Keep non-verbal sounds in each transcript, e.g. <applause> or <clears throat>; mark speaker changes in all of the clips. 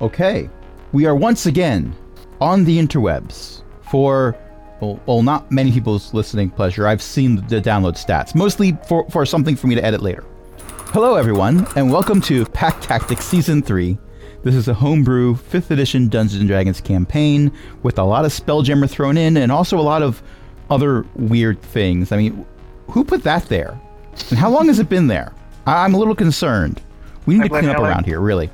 Speaker 1: Okay, we are once again on the interwebs for well, well not many people's listening pleasure. I've seen the download stats, mostly for, for something for me to edit later. Hello, everyone, and welcome to Pack Tactics Season 3. This is a homebrew 5th edition Dungeons and Dragons campaign with a lot of Spelljammer thrown in and also a lot of other weird things. I mean, who put that there? And how long has it been there? I- I'm a little concerned. We need
Speaker 2: I
Speaker 1: to
Speaker 2: blame
Speaker 1: clean up
Speaker 2: Alan.
Speaker 1: around here, really.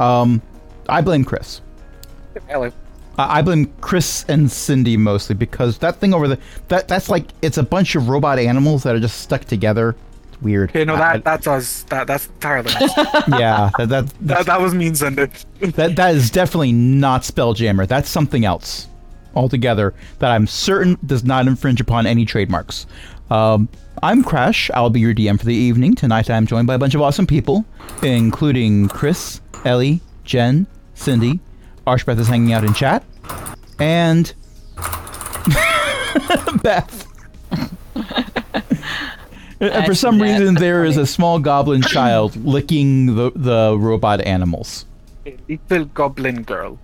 Speaker 1: Um, I blame Chris.
Speaker 2: Hello.
Speaker 1: I I blame Chris and Cindy mostly because that thing over there, that that's like it's a bunch of robot animals that are just stuck together. It's weird.
Speaker 2: Yeah, no,
Speaker 3: Uh,
Speaker 1: I-
Speaker 2: that that's us. That that's entirely. us.
Speaker 1: I- yeah, that that,
Speaker 2: <laughs> that,
Speaker 1: that,
Speaker 2: that was mean Sunday.
Speaker 1: that that is definitely not Spelljammer. That's something else altogether that I'm certain does not infringe upon any trademarks. Um, I'm Crash. I'll be your DM for the evening tonight. I'm joined by a bunch of awesome people, including Chris, Ellie, Jen, Cindy. Archbeth is hanging out in chat, and <laughs> Beth. and for
Speaker 4: That's-
Speaker 1: some
Speaker 4: that's
Speaker 1: reason, there is a small goblin child licking the, the robot animals.
Speaker 2: <laughs> Little goblin girl.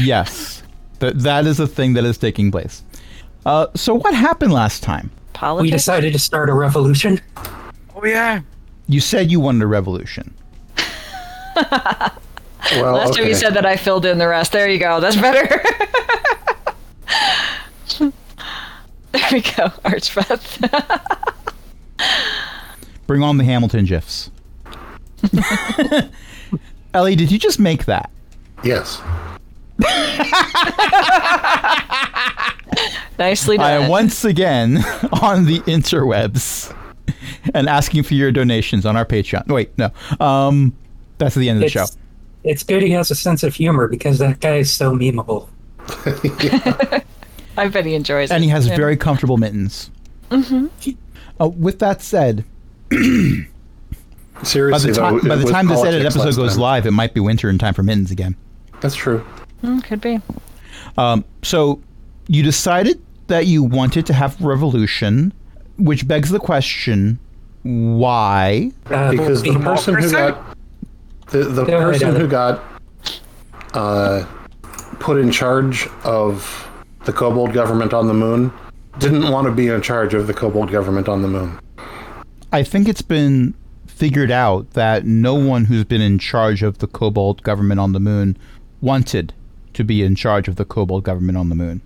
Speaker 1: Yes, that that is a thing that is taking place. Uh, so what happened last time?
Speaker 5: We
Speaker 4: Politics?
Speaker 5: decided to start a revolution.
Speaker 2: Oh yeah.
Speaker 1: You said you wanted a revolution. Oh,
Speaker 3: Well,
Speaker 4: Last time you said that I filled in the rest. There you go. That's better. <laughs> there we go. Archbeth.
Speaker 1: Bring on the Hamilton gifs. <laughs> Ellie, did you just make that?
Speaker 3: yes.
Speaker 4: <laughs> Nicely
Speaker 1: I
Speaker 4: done.
Speaker 1: am once again <laughs> on the interwebs and asking for your donations on our Patreon. Wait, no. Um, that's the end of the
Speaker 5: It's,
Speaker 1: show.
Speaker 5: it's good he has a sense of humor because that guy is so memeable.
Speaker 4: I bet he enjoys it.
Speaker 1: And he has
Speaker 4: Yeah.
Speaker 1: very comfortable mittens. Mm-hmm. Uh, with that said, by
Speaker 3: Seriously,
Speaker 1: the time,
Speaker 3: though,
Speaker 1: by
Speaker 3: it
Speaker 1: the
Speaker 3: was
Speaker 1: time this edited
Speaker 3: politics
Speaker 1: episode
Speaker 3: last
Speaker 1: goes
Speaker 3: time.
Speaker 1: live, it might be winter and time for mittens again.
Speaker 3: That's true.
Speaker 4: Mm, could be.
Speaker 1: Um, so you decided that you wanted to have revolution, which begs the question, why?
Speaker 5: Uh,
Speaker 3: Because the
Speaker 5: because-
Speaker 3: person who got the, the
Speaker 5: Yeah, I
Speaker 3: person
Speaker 5: got it.
Speaker 3: who got uh, put in charge of the kobold government on the moon didn't want to be in charge of the kobold government on the moon.
Speaker 1: I think it's been figured out that no one who's been in charge of the Cobalt government on the moon wanted to be in charge of the Cobalt government on the moon.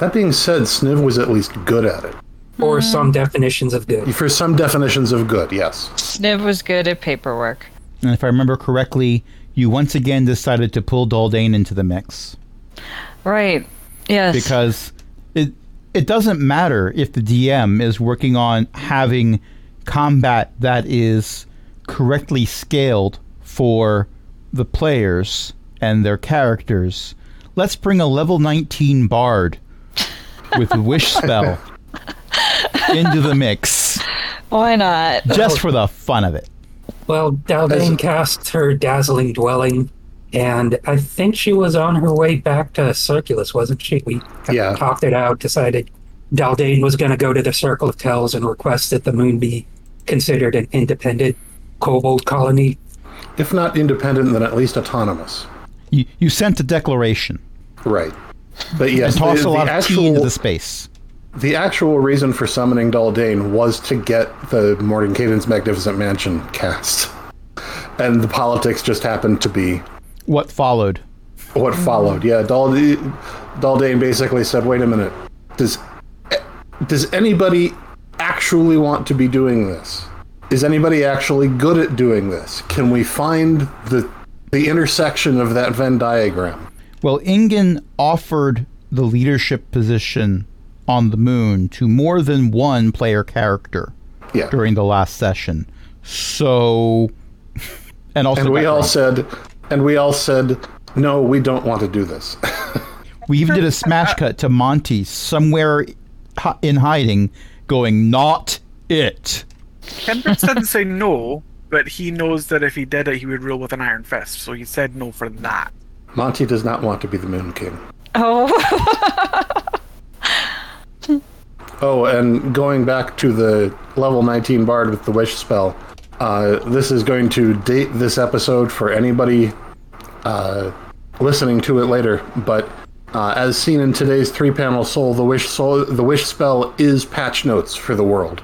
Speaker 3: That being said, Sniv was at least good at it.
Speaker 5: or some definitions of good.
Speaker 3: For some definitions of good, yes.
Speaker 4: Sniv was good at paperwork.
Speaker 1: And if I remember correctly, you once again decided to pull Daldane into the mix
Speaker 4: Right. Yes.
Speaker 1: because it it doesn't matter if the DM is working on having combat that is correctly scaled for the players and their characters. Let's bring a level 19 bard with
Speaker 3: <laughs>
Speaker 1: wish spell into the mix <laughs>
Speaker 4: Why not?
Speaker 1: just for the fun of it.
Speaker 5: Well, Daldane cast her dazzling dwelling, and I think she was on her way back to Circulus, wasn't she? We kinda
Speaker 3: Yeah.
Speaker 5: talked it out, decided Daldane was going to go to the Circle of Tells and request that the moon be considered an independent kobold colony.
Speaker 3: If not independent, then at least autonomous.
Speaker 1: You, you sent a declaration
Speaker 3: Right. But yes,
Speaker 1: and tossed
Speaker 3: the,
Speaker 1: a lot
Speaker 3: the
Speaker 1: of
Speaker 3: actual
Speaker 1: tea into the space.
Speaker 3: The actual reason for summoning Daldane was to get the Morgan Caden's Magnificent Mansion cast. And the politics just happened to be
Speaker 1: What followed?
Speaker 3: what followed. Yeah, Dal- Daldane basically said, wait a minute, does, does anybody actually want to be doing this? Is anybody actually good at doing this? Can we find the, the intersection of that Venn diagram?
Speaker 1: Well, Ingen offered the leadership position on the moon to more than one player character
Speaker 3: Yeah.
Speaker 1: during the last session. So, <laughs> and also
Speaker 3: And we all
Speaker 1: background.
Speaker 3: said, and we all said, no, we don't want to do this.
Speaker 1: we even did a smash cut to Monty somewhere hi- in hiding, going not it.
Speaker 2: Kendrick didn't say no, but he knows that if he did it, he would rule with an iron fist. So he said no for that.
Speaker 3: Monty does not want to be the Moon King.
Speaker 4: oh.
Speaker 3: Oh, and going back to the level 19 bard with the wish spell, uh, this is going to date this episode for anybody uh, listening to it later. But uh, as seen in today's three-panel soul, the wish soul, the wish spell is patch notes for the world.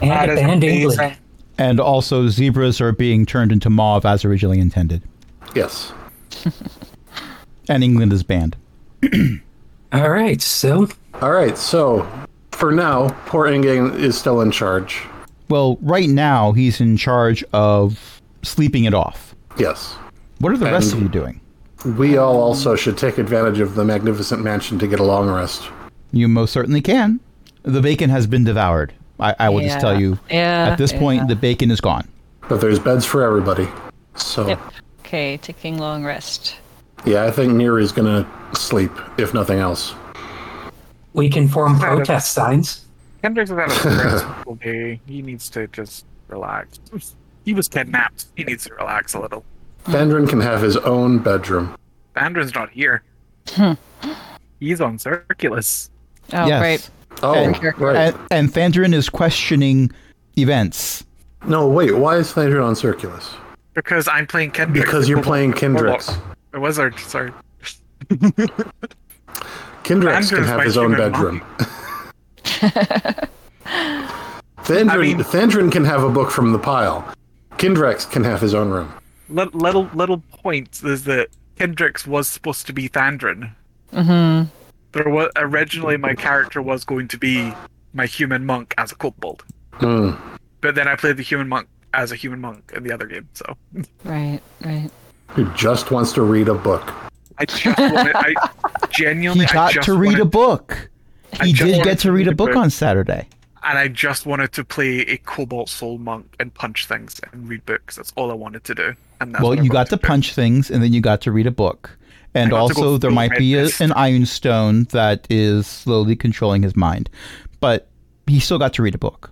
Speaker 5: And
Speaker 2: That
Speaker 5: a
Speaker 2: is
Speaker 5: band
Speaker 2: amazing.
Speaker 5: England.
Speaker 1: And also, zebras are being turned into mauve as originally intended.
Speaker 3: Yes.
Speaker 1: And England is banned.
Speaker 5: All right, so
Speaker 3: All right. So for now, poor Engane is still in charge.
Speaker 1: Well, right now, he's in charge of sleeping it off.
Speaker 3: Yes.
Speaker 1: What are the rest of
Speaker 3: And-
Speaker 1: you doing?
Speaker 3: We all also should take advantage of the magnificent mansion to get a long rest.
Speaker 1: You most certainly can. The bacon has been devoured. I, I will just tell
Speaker 4: Yeah.
Speaker 1: you.
Speaker 4: Yeah,
Speaker 1: At this point,
Speaker 4: yeah.
Speaker 1: the bacon is gone.
Speaker 3: But there's beds for everybody. So
Speaker 4: Yep. Okay, taking long rest.
Speaker 3: yeah, I think Neri's gonna sleep if nothing else.
Speaker 5: we can form
Speaker 2: Kind of.
Speaker 5: protest signs.
Speaker 2: Kendrick's had a
Speaker 3: <laughs>
Speaker 2: stressful day. He needs to just relax. He was kidnapped. He needs to relax a little.
Speaker 3: Fandrin can have his own bedroom.
Speaker 2: Andrin's not here.
Speaker 3: Hmm.
Speaker 2: He's on Circulus.
Speaker 4: Oh,
Speaker 1: yes.
Speaker 4: right.
Speaker 3: Oh,
Speaker 1: And-
Speaker 3: right.
Speaker 1: And, and Thandrin is questioning events.
Speaker 3: No, wait. Why is Fandrin on Circulus?
Speaker 2: Because I'm playing Kendrick.
Speaker 3: Because you're playing Kendrix.
Speaker 2: A wizard, sorry.
Speaker 3: Kendrix can
Speaker 2: Fandrin's
Speaker 3: have
Speaker 2: my
Speaker 3: his own
Speaker 2: human
Speaker 3: bedroom.
Speaker 2: monkey.
Speaker 3: Fandrin,
Speaker 2: I mean-
Speaker 3: Fandrin can have a book from the pile. Kendrix can have his own room.
Speaker 2: Lit- Little, little point is that Kendrick's was supposed to be Thandrin.
Speaker 4: Mm-hmm.
Speaker 2: There was, originally, my character was going to be my human monk as a kobold.
Speaker 3: Hmm.
Speaker 2: But then I played the human monk as a human monk in the other game, so.
Speaker 4: Right, right.
Speaker 3: Who just wants to read a book?
Speaker 2: I just wanted,
Speaker 1: <laughs>
Speaker 2: I genuinely
Speaker 1: He
Speaker 2: I
Speaker 1: got
Speaker 2: just
Speaker 1: to read a
Speaker 2: wanted-
Speaker 1: book.
Speaker 2: I
Speaker 1: He
Speaker 2: just
Speaker 1: did
Speaker 2: wanted
Speaker 1: get to read a book on Saturday.
Speaker 2: and I just wanted to play a Cobalt Soul monk and punch things and read books. That's all I wanted to do. And that's
Speaker 1: Well,
Speaker 2: what I
Speaker 1: you
Speaker 2: brought
Speaker 1: got to punch things, and then you got to read a book. And
Speaker 2: I got to go
Speaker 1: also, there
Speaker 2: through
Speaker 1: might be a,
Speaker 2: madness.
Speaker 1: an iron stone that is slowly controlling his mind. But he still got to read a book.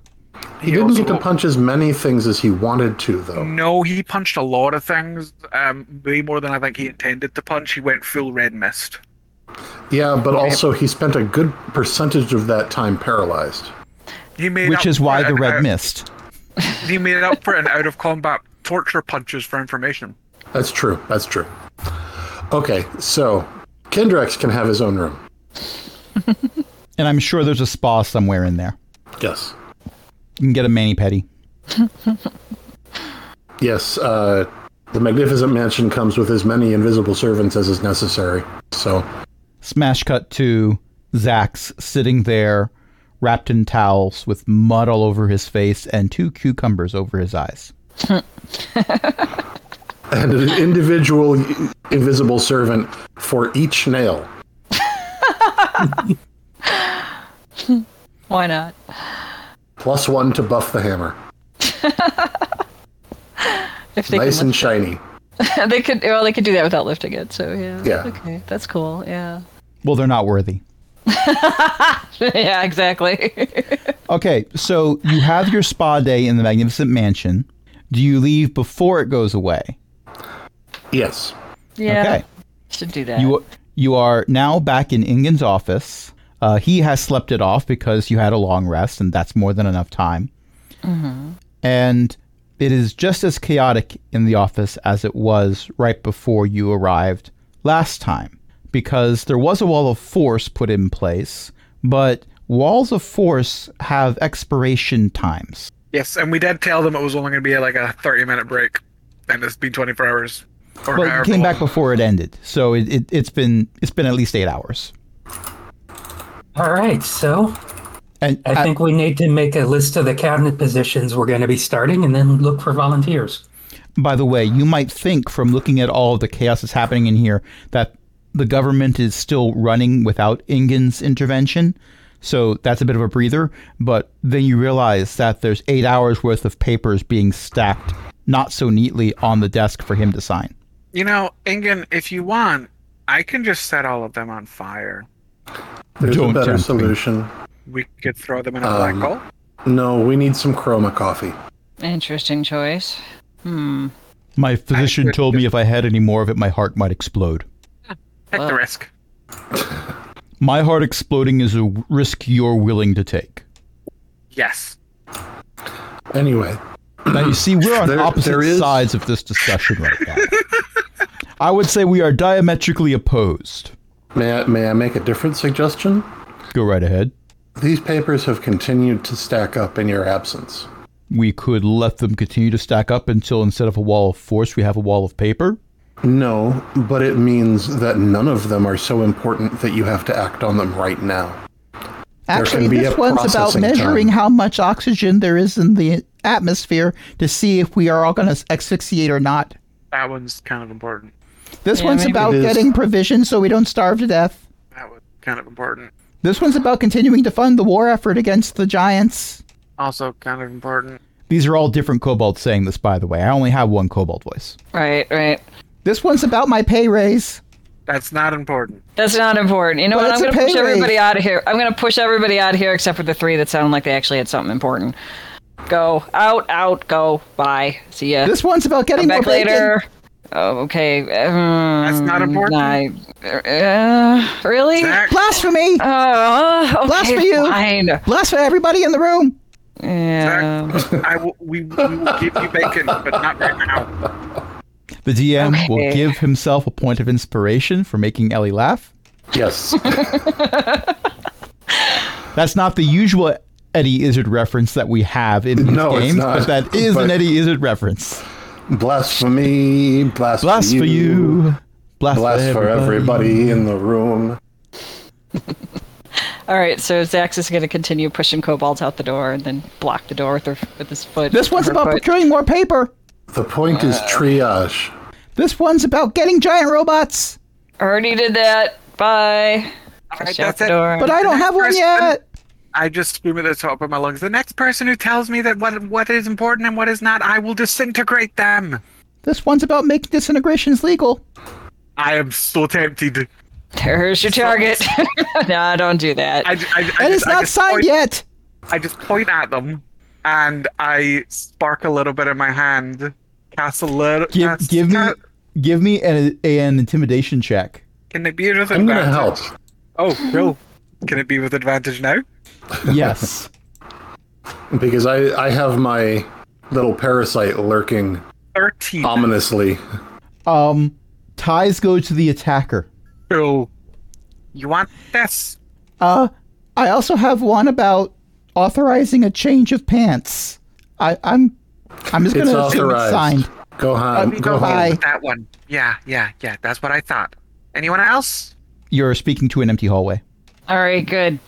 Speaker 3: He didn't
Speaker 2: also-
Speaker 3: get to punch as many things as he wanted to, though.
Speaker 2: No, he punched a lot of things, um, way more than I think he intended to punch. He went full red mist.
Speaker 3: Yeah, but also he spent a good percentage of that time paralyzed.
Speaker 2: He made
Speaker 1: which
Speaker 2: up
Speaker 1: is
Speaker 2: for
Speaker 1: why
Speaker 2: it
Speaker 1: the
Speaker 2: in
Speaker 1: red
Speaker 2: out-
Speaker 1: mist.
Speaker 2: He made up for it in out of combat torture punches for information.
Speaker 3: That's true. That's true. Okay, so Kendrex can have his own room.
Speaker 1: And I'm sure there's a spa somewhere in there.
Speaker 3: Yes.
Speaker 1: You can get a mani petty.
Speaker 3: Yes, uh, the magnificent mansion comes with as many invisible servants as is necessary. So,
Speaker 1: Smash cut to Zax sitting there, wrapped in towels with mud all over his face and two cucumbers over his eyes.
Speaker 3: and an individual invisible servant for each nail.
Speaker 4: Why not?
Speaker 3: Plus one to buff the hammer.
Speaker 4: If they
Speaker 3: Nice
Speaker 4: can
Speaker 3: and shiny.
Speaker 4: lift, <laughs> they could well they could do that without lifting it. So yeah.
Speaker 3: Yeah.
Speaker 4: Okay, that's cool. Yeah. <laughs>
Speaker 1: Well, they're not worthy.
Speaker 4: yeah, exactly.
Speaker 1: Okay, so you have your spa day in the Magnificent Mansion. Do you leave before it goes away?
Speaker 3: Yes.
Speaker 4: yeah.
Speaker 1: Okay.
Speaker 4: Should do that.
Speaker 1: You you are now back in Ingen's office. Uh, he has slept it off because you had a long rest, and that's more than enough time. And it is just as chaotic in the office as it was right before you arrived last time, because there was a wall of force put in place, but walls of force have expiration times.
Speaker 2: Yes, and we did tell them it was only going to be like a 30 minute break, and it's been 24 hours. Or
Speaker 1: Well, you
Speaker 2: however
Speaker 1: came
Speaker 2: long.
Speaker 1: back before it ended, so it, it, it's been it's been at least eight hours.
Speaker 5: All right, so
Speaker 1: And
Speaker 5: I
Speaker 3: Uh,
Speaker 1: at-
Speaker 5: think we need to make a list of the cabinet positions we're going to be starting and then look for volunteers.
Speaker 1: By the way, you might think from looking at all of the chaos that's happening in here that the government is still running without Ingen's intervention. So that's a bit of a breather. But then you realize that there's eight hours worth of papers being stacked not so neatly on the desk for him to sign.
Speaker 2: You know, Ingen, if you want, I can just set all of them on fire.
Speaker 3: There's
Speaker 1: Don't
Speaker 3: a better
Speaker 1: tempt me.
Speaker 3: solution.
Speaker 2: We could throw them in a
Speaker 3: Um,
Speaker 2: black hole.
Speaker 3: No, we need some chroma coffee.
Speaker 4: Interesting choice. Hmm.
Speaker 1: My physician
Speaker 2: could
Speaker 1: told me if I had any more of it, my heart might explode.
Speaker 2: Take the
Speaker 4: Well.
Speaker 2: risk.
Speaker 1: My heart exploding is a risk you're willing to take.
Speaker 2: Yes.
Speaker 3: Anyway,
Speaker 1: Now, you see, we're on
Speaker 3: There-
Speaker 1: opposite
Speaker 3: there is-
Speaker 1: sides of this discussion right now. I would say we are diametrically opposed.
Speaker 3: May I, may I make a different suggestion?
Speaker 1: Go right ahead.
Speaker 3: These papers have continued to stack up in your absence.
Speaker 1: We could let them continue to stack up until instead of a wall of force, we have a wall of paper.
Speaker 3: No, but it means that none of them are so important that you have to act on them right now.
Speaker 1: Actually,
Speaker 3: can be
Speaker 1: this
Speaker 3: a
Speaker 1: one's about
Speaker 3: processing
Speaker 1: measuring
Speaker 3: time.
Speaker 1: how much oxygen there is in the atmosphere to see if we are all going to asphyxiate or not.
Speaker 2: That one's kind of important.
Speaker 1: This
Speaker 4: Yeah,
Speaker 1: one's
Speaker 4: maybe.
Speaker 1: about
Speaker 3: It is.
Speaker 1: getting provisions so we don't starve to death.
Speaker 2: That was kind of important.
Speaker 1: This one's about continuing to fund the war effort against the giants.
Speaker 2: Also kind of important.
Speaker 1: These are all different kobolds saying this, by the way. I only have one kobold voice.
Speaker 4: Right, right.
Speaker 1: This one's about my pay raise.
Speaker 2: That's not important.
Speaker 4: That's not important. You know
Speaker 1: But
Speaker 4: what? I'm
Speaker 1: it's a
Speaker 4: going to
Speaker 1: pay
Speaker 4: push everybody
Speaker 1: raise.
Speaker 4: out of here. I'm going to push everybody out of here except for the three that sound like they actually had something important. Go out, out, go. Bye. See ya.
Speaker 1: This one's about getting
Speaker 4: Come back
Speaker 1: more bacon.
Speaker 4: later. Oh, okay. That's
Speaker 2: not important?
Speaker 4: I, uh, really?
Speaker 2: Zach,
Speaker 1: Blasphemy!
Speaker 4: Uh, okay,
Speaker 1: Blast for you.
Speaker 4: Fine.
Speaker 1: Blasphemy, everybody in the room! Um.
Speaker 4: Yeah.
Speaker 2: <laughs> I will, we, we will give you bacon, but not right now.
Speaker 1: The DM will
Speaker 4: Okay.
Speaker 1: give himself a point of inspiration for making Ellie laugh.
Speaker 3: Yes.
Speaker 1: That's not the usual Eddie Izzard reference that we have in these
Speaker 3: No, it's
Speaker 1: games,
Speaker 3: not.
Speaker 1: but that is an
Speaker 3: But-
Speaker 1: Eddie Izzard reference.
Speaker 3: <laughs> Blasphemy, blast,
Speaker 1: Blast for you. Blast,
Speaker 3: Blast for everybody in the room.
Speaker 4: All right. So Zax is going to continue pushing kobolds out the door and then block the door with her with his foot.
Speaker 1: This one's
Speaker 4: her
Speaker 1: about
Speaker 4: foot.
Speaker 1: procuring more paper.
Speaker 3: The point is triage.
Speaker 1: This one's about getting giant robots.
Speaker 4: Already did that. Bye.
Speaker 2: All right,
Speaker 4: Push out
Speaker 2: that's
Speaker 4: the
Speaker 2: it.
Speaker 4: door.
Speaker 1: But I don't have one yet.
Speaker 2: I just scream at the top of my lungs. The next person who tells me that what what is important and what is not, I will disintegrate them.
Speaker 1: This one's about making disintegrations legal.
Speaker 2: I am so tempted.
Speaker 4: There's your target. <laughs> no, don't do that.
Speaker 2: I, ju- I, I
Speaker 1: And
Speaker 2: just,
Speaker 1: it's
Speaker 2: I
Speaker 1: not
Speaker 2: just
Speaker 1: signed
Speaker 2: point,
Speaker 1: yet.
Speaker 2: I just point at them, and I spark a little bit in my hand, cast a little.
Speaker 1: Give,
Speaker 2: cast-
Speaker 1: give me,
Speaker 2: ca-
Speaker 1: give me an, an intimidation
Speaker 2: <laughs>
Speaker 1: check.
Speaker 2: Can it be with
Speaker 3: I'm
Speaker 2: advantage?
Speaker 3: going to help.
Speaker 2: Oh, cool. Can it be with advantage now?
Speaker 1: Yes.
Speaker 3: Because I, I have my little parasite lurking
Speaker 1: <laughs>
Speaker 2: Thirteen.
Speaker 3: ominously.
Speaker 1: <laughs> um, ties go to the attacker.
Speaker 2: Cool. You want this?
Speaker 1: Uh, I also have one about authorizing a change of pants. I, I'm, I'm just
Speaker 3: It's
Speaker 1: gonna assume it's
Speaker 3: authorized.
Speaker 1: signed.
Speaker 3: Go
Speaker 1: Let
Speaker 3: on.
Speaker 1: me go
Speaker 3: Go home.
Speaker 1: by.
Speaker 2: With that one. Yeah, yeah, yeah. That's what I thought. Anyone else?
Speaker 1: You're speaking to an empty hallway.
Speaker 4: All right. Good.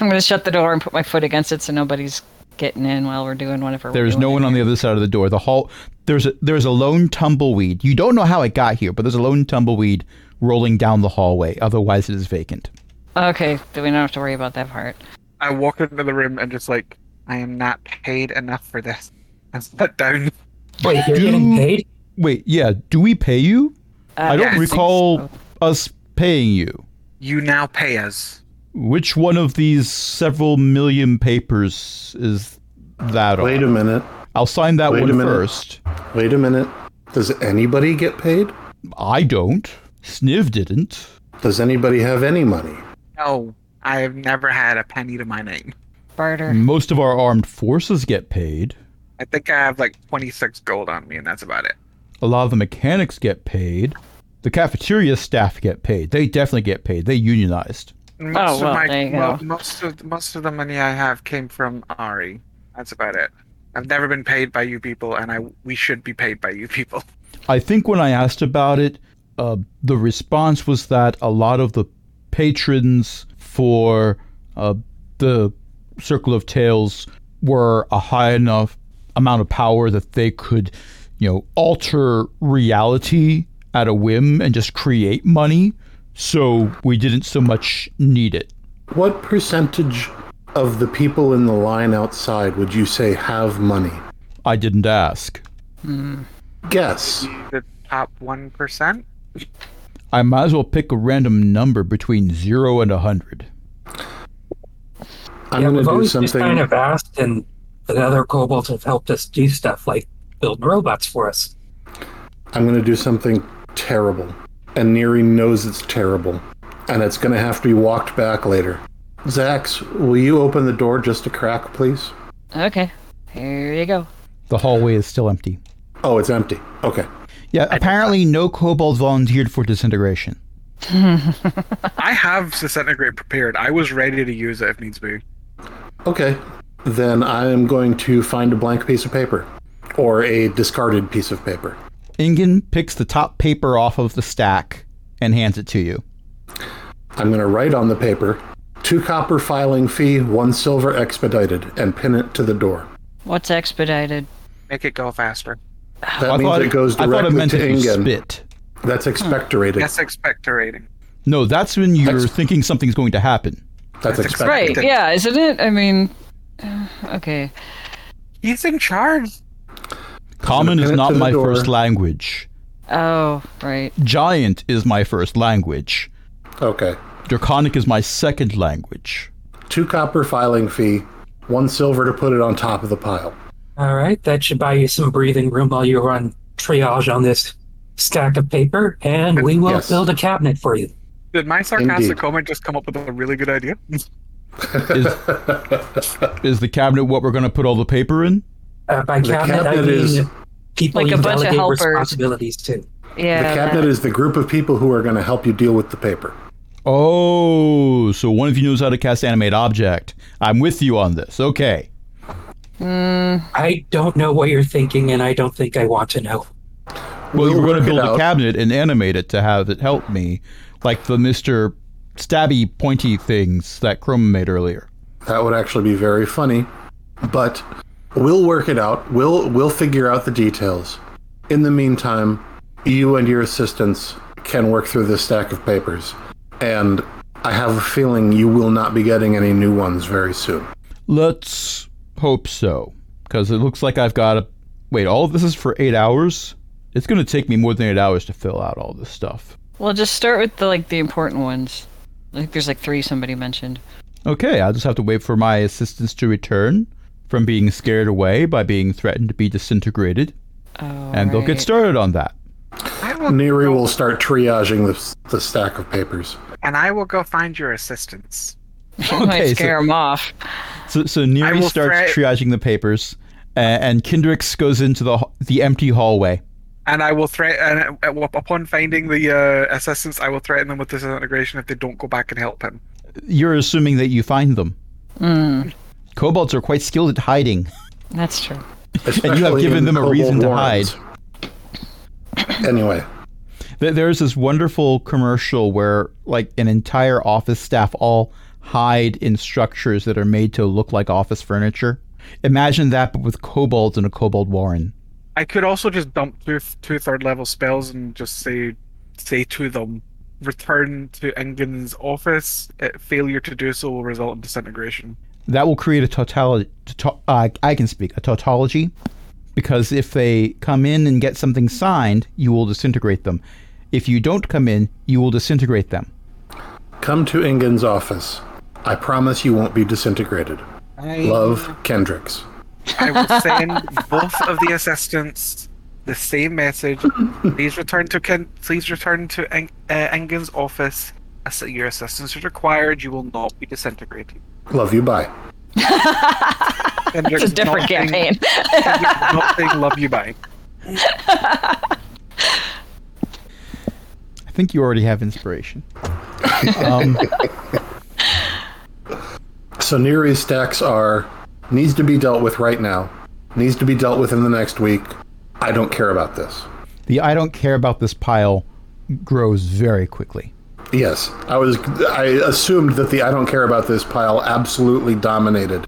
Speaker 4: I'm going to shut the door and put my foot against it so nobody's getting in while we're doing whatever.
Speaker 1: There's
Speaker 4: we're doing.
Speaker 1: no one on the other side of the door. The hall there's a, there's a lone tumbleweed. You don't know how it got here, but there's a lone tumbleweed rolling down the hallway. Otherwise, it is vacant.
Speaker 4: Okay. Then we don't have to worry about that part.
Speaker 2: I walk into the room and just like, I am not paid enough for this. <laughs> I sit down.
Speaker 5: Wait, you're getting paid?
Speaker 1: Wait, yeah. Do we pay you? I don't
Speaker 4: Uh,
Speaker 2: yes.
Speaker 1: recall us paying you.
Speaker 2: You now pay us.
Speaker 1: Which one of these several million papers is that
Speaker 3: Wait a
Speaker 1: on?
Speaker 3: minute.
Speaker 1: I'll sign that
Speaker 3: wait a
Speaker 1: one
Speaker 3: minute.
Speaker 1: first.
Speaker 3: Wait a minute. Does anybody get paid?
Speaker 1: I don't. Sniv didn't.
Speaker 3: Does anybody have any money?
Speaker 2: No, I have never had a penny to my name.
Speaker 4: Barter.
Speaker 1: Most of our armed forces get paid.
Speaker 2: I think I have like 26 gold on me, and that's about it.
Speaker 1: a lot of the mechanics get paid. The cafeteria staff get paid. They definitely get paid. They unionized.
Speaker 2: And Most
Speaker 4: well,
Speaker 2: of my,
Speaker 4: there you
Speaker 2: Oh, well,
Speaker 4: go.
Speaker 2: most of most of the money I have came from Ari. That's about it. I've never been paid by you people, and I we should be paid by you people. <laughs>
Speaker 1: I think when I asked about it, uh, the response was that a lot of the patrons for uh, the Circle of Tales were a high enough amount of power that they could, you know, alter reality at a whim and just create money. So we didn't so much need it.
Speaker 3: What percentage of the people in the line outside would you say have money?
Speaker 1: I didn't ask.
Speaker 3: Guess.
Speaker 2: The top one percent.
Speaker 1: I might as well pick a random number between zero and a hundred.
Speaker 5: yeah,
Speaker 3: I'm going
Speaker 5: we've
Speaker 3: to do
Speaker 5: always just
Speaker 3: something.
Speaker 5: kind of asked, and the other kobolds have helped us do stuff like build robots for us.
Speaker 3: I'm going to do something terrible. And Neri knows it's terrible. And it's going to have to be walked back later. Zax, will you open the door just a crack, please?
Speaker 4: Okay. Here you go.
Speaker 1: The hallway is still empty.
Speaker 3: Oh, it's empty. Okay.
Speaker 1: Yeah, apparently no kobolds volunteered for disintegration.
Speaker 2: I have disintegrate prepared. I was ready to use it if needs be.
Speaker 3: Okay. Then I am going to find a blank piece of paper or a discarded piece of paper.
Speaker 1: Ingen picks the top paper off of the stack and hands it to you.
Speaker 3: I'm going to write on the paper two copper filing fee, one silver expedited, and pin it to the door.
Speaker 1: Oh.
Speaker 4: What's expedited?
Speaker 2: Make it go faster.
Speaker 3: That means it goes
Speaker 1: I thought it
Speaker 3: directly
Speaker 1: meant
Speaker 3: to
Speaker 1: if you
Speaker 3: Ingen.
Speaker 1: spit.
Speaker 3: That's expectorated.
Speaker 2: That's expectorating.
Speaker 1: No, that's when you're
Speaker 3: That's-
Speaker 1: thinking something's going to happen.
Speaker 3: That's expected.
Speaker 4: Right. Yeah, isn't it? I mean, uh, okay.
Speaker 2: He's in charge.
Speaker 1: Common
Speaker 3: pin
Speaker 1: is
Speaker 3: it
Speaker 1: not
Speaker 3: to the
Speaker 1: my
Speaker 3: door.
Speaker 1: first language.
Speaker 4: Oh, right.
Speaker 1: Giant is my first language.
Speaker 3: Okay.
Speaker 1: Draconic is my second language.
Speaker 3: Two copper filing fee, one silver to put it on top of the pile. <laughs>
Speaker 5: All right, that should buy you some breathing room while you run triage on this stack of paper, and we will
Speaker 3: Yes.
Speaker 5: build a cabinet for you.
Speaker 2: Did my sarcastic
Speaker 3: Indeed.
Speaker 2: comment just come up with a really good idea?
Speaker 1: Is, is the cabinet what we're going to put all the paper in?
Speaker 5: Uh, by
Speaker 3: The
Speaker 5: cabinet, I
Speaker 3: cabinet
Speaker 5: mean
Speaker 3: is-
Speaker 5: people
Speaker 4: Like a
Speaker 5: you
Speaker 4: bunch of
Speaker 5: delegate
Speaker 4: helpers.
Speaker 5: responsibilities to.
Speaker 3: the
Speaker 4: Yeah.
Speaker 3: cabinet is the group of people who are going to help you deal with the paper.
Speaker 1: Oh, so one of you knows how to cast animate object. I'm with you on this. Okay.
Speaker 4: mm,
Speaker 5: I don't know what you're thinking, and I don't think I want to know.
Speaker 1: Well, you were going
Speaker 3: work
Speaker 1: to
Speaker 3: it
Speaker 1: build a
Speaker 3: out.
Speaker 1: cabinet and animate it to have it help me, like the Mister Stabby Pointy things that Chroma made earlier.
Speaker 3: That would actually be very funny, but we'll work it out. We'll we'll figure out the details. In the meantime, you and your assistants can work through this stack of papers, and I have a feeling you will not be getting any new ones very soon.
Speaker 1: Let's hope so, because it looks like I've got a. Wait, all of this is for eight hours. It's going to take me more than eight hours to fill out all this stuff.
Speaker 4: Well, just start with the like the important ones. I think there's like three somebody mentioned.
Speaker 1: Okay, I'll just have to wait for my assistants to return from being scared away by being threatened to be disintegrated,
Speaker 4: Oh,
Speaker 1: and they'll get
Speaker 4: right.
Speaker 1: started on that.
Speaker 2: I will
Speaker 3: Neri will start triaging the, the stack of papers.
Speaker 2: and I will go find your assistants.
Speaker 4: <laughs> It might
Speaker 1: Okay,
Speaker 4: scare
Speaker 1: so-
Speaker 4: them off.
Speaker 1: So, so
Speaker 2: I
Speaker 1: Neri
Speaker 2: will
Speaker 1: starts
Speaker 2: threat-
Speaker 1: triaging the papers, a- and Kindrix goes into the h- the empty hallway.
Speaker 2: And I will threaten. And uh, up- upon finding the uh, assistants, I will threaten them with disintegration if they don't go back and help him.
Speaker 1: You're assuming that you find them. Kobolds are quite skilled at hiding.
Speaker 4: That's true.
Speaker 1: And you have
Speaker 3: especially
Speaker 1: given
Speaker 3: in
Speaker 1: them a reason to
Speaker 3: Kobold
Speaker 1: hide.
Speaker 3: Warrens. Anyway,
Speaker 1: Th- There's this wonderful commercial where, like, an entire office staff all hide in structures that are made to look like office furniture. Imagine that, but with kobolds and a kobold warren.
Speaker 2: I could also just dump two two third level spells and just say say to them, return to Ingen's office. Uh, failure to do so will result in disintegration.
Speaker 1: That will create a tautology. Tauto- uh, I can speak a tautology, because if they come in and get something signed, you will disintegrate them. If you don't come in, you will disintegrate them.
Speaker 3: come to Ingen's office. I promise you won't be disintegrated. Love, Kendricks.
Speaker 2: I will send both of the assistants the same message. Please return to Ken. Please return to Eng- uh, Engen's office. As your assistance is required. You will not be disintegrated.
Speaker 3: Love you, bye.
Speaker 2: It's
Speaker 4: It's a different
Speaker 2: <laughs>
Speaker 4: campaign.
Speaker 2: not saying love you bye.
Speaker 1: I think you already have inspiration. um,
Speaker 3: So Neri's stacks are needs to be dealt with right now, needs to be dealt with in the next week. I don't care about this.
Speaker 1: the I don't care about this pile grows very quickly.
Speaker 3: Yes, I was. I assumed that the I don't care about this pile absolutely dominated.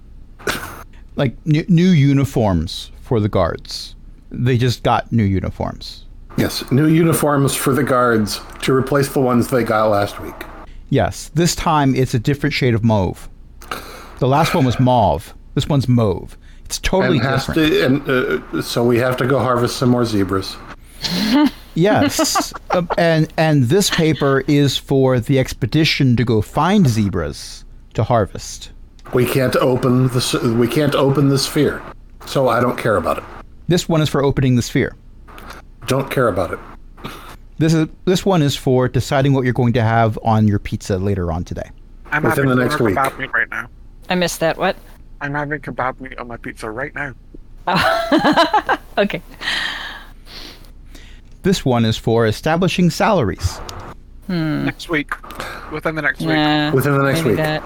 Speaker 1: like new, new uniforms for the guards. They just got new uniforms.
Speaker 3: Yes, new uniforms for the guards to replace the ones they got last week.
Speaker 1: Yes, this time it's a different shade of mauve. The last one was mauve. This one's mauve. It's totally
Speaker 3: and has
Speaker 1: different.
Speaker 3: to, and uh, so we have to go harvest some more zebras.
Speaker 1: Yes, <laughs> Um, and and this paper is for the expedition to go find zebras to harvest.
Speaker 3: We can't open the. s- We can't open the sphere. So I don't care about it.
Speaker 1: This one is for opening the sphere.
Speaker 3: Don't care about it.
Speaker 1: This is this one is for deciding what you're going to have on your pizza later on today.
Speaker 2: I'm
Speaker 3: Within
Speaker 2: having
Speaker 3: the next
Speaker 2: corner kebab
Speaker 3: week.
Speaker 2: meat right now.
Speaker 4: I missed that. What?
Speaker 2: I'm having kebab meat on my pizza right now.
Speaker 4: Okay.
Speaker 1: Th- This one is for establishing salaries.
Speaker 2: next week, within the next week.
Speaker 4: Hmm. Yeah,
Speaker 3: Within the next
Speaker 4: maybe
Speaker 3: week.
Speaker 4: That.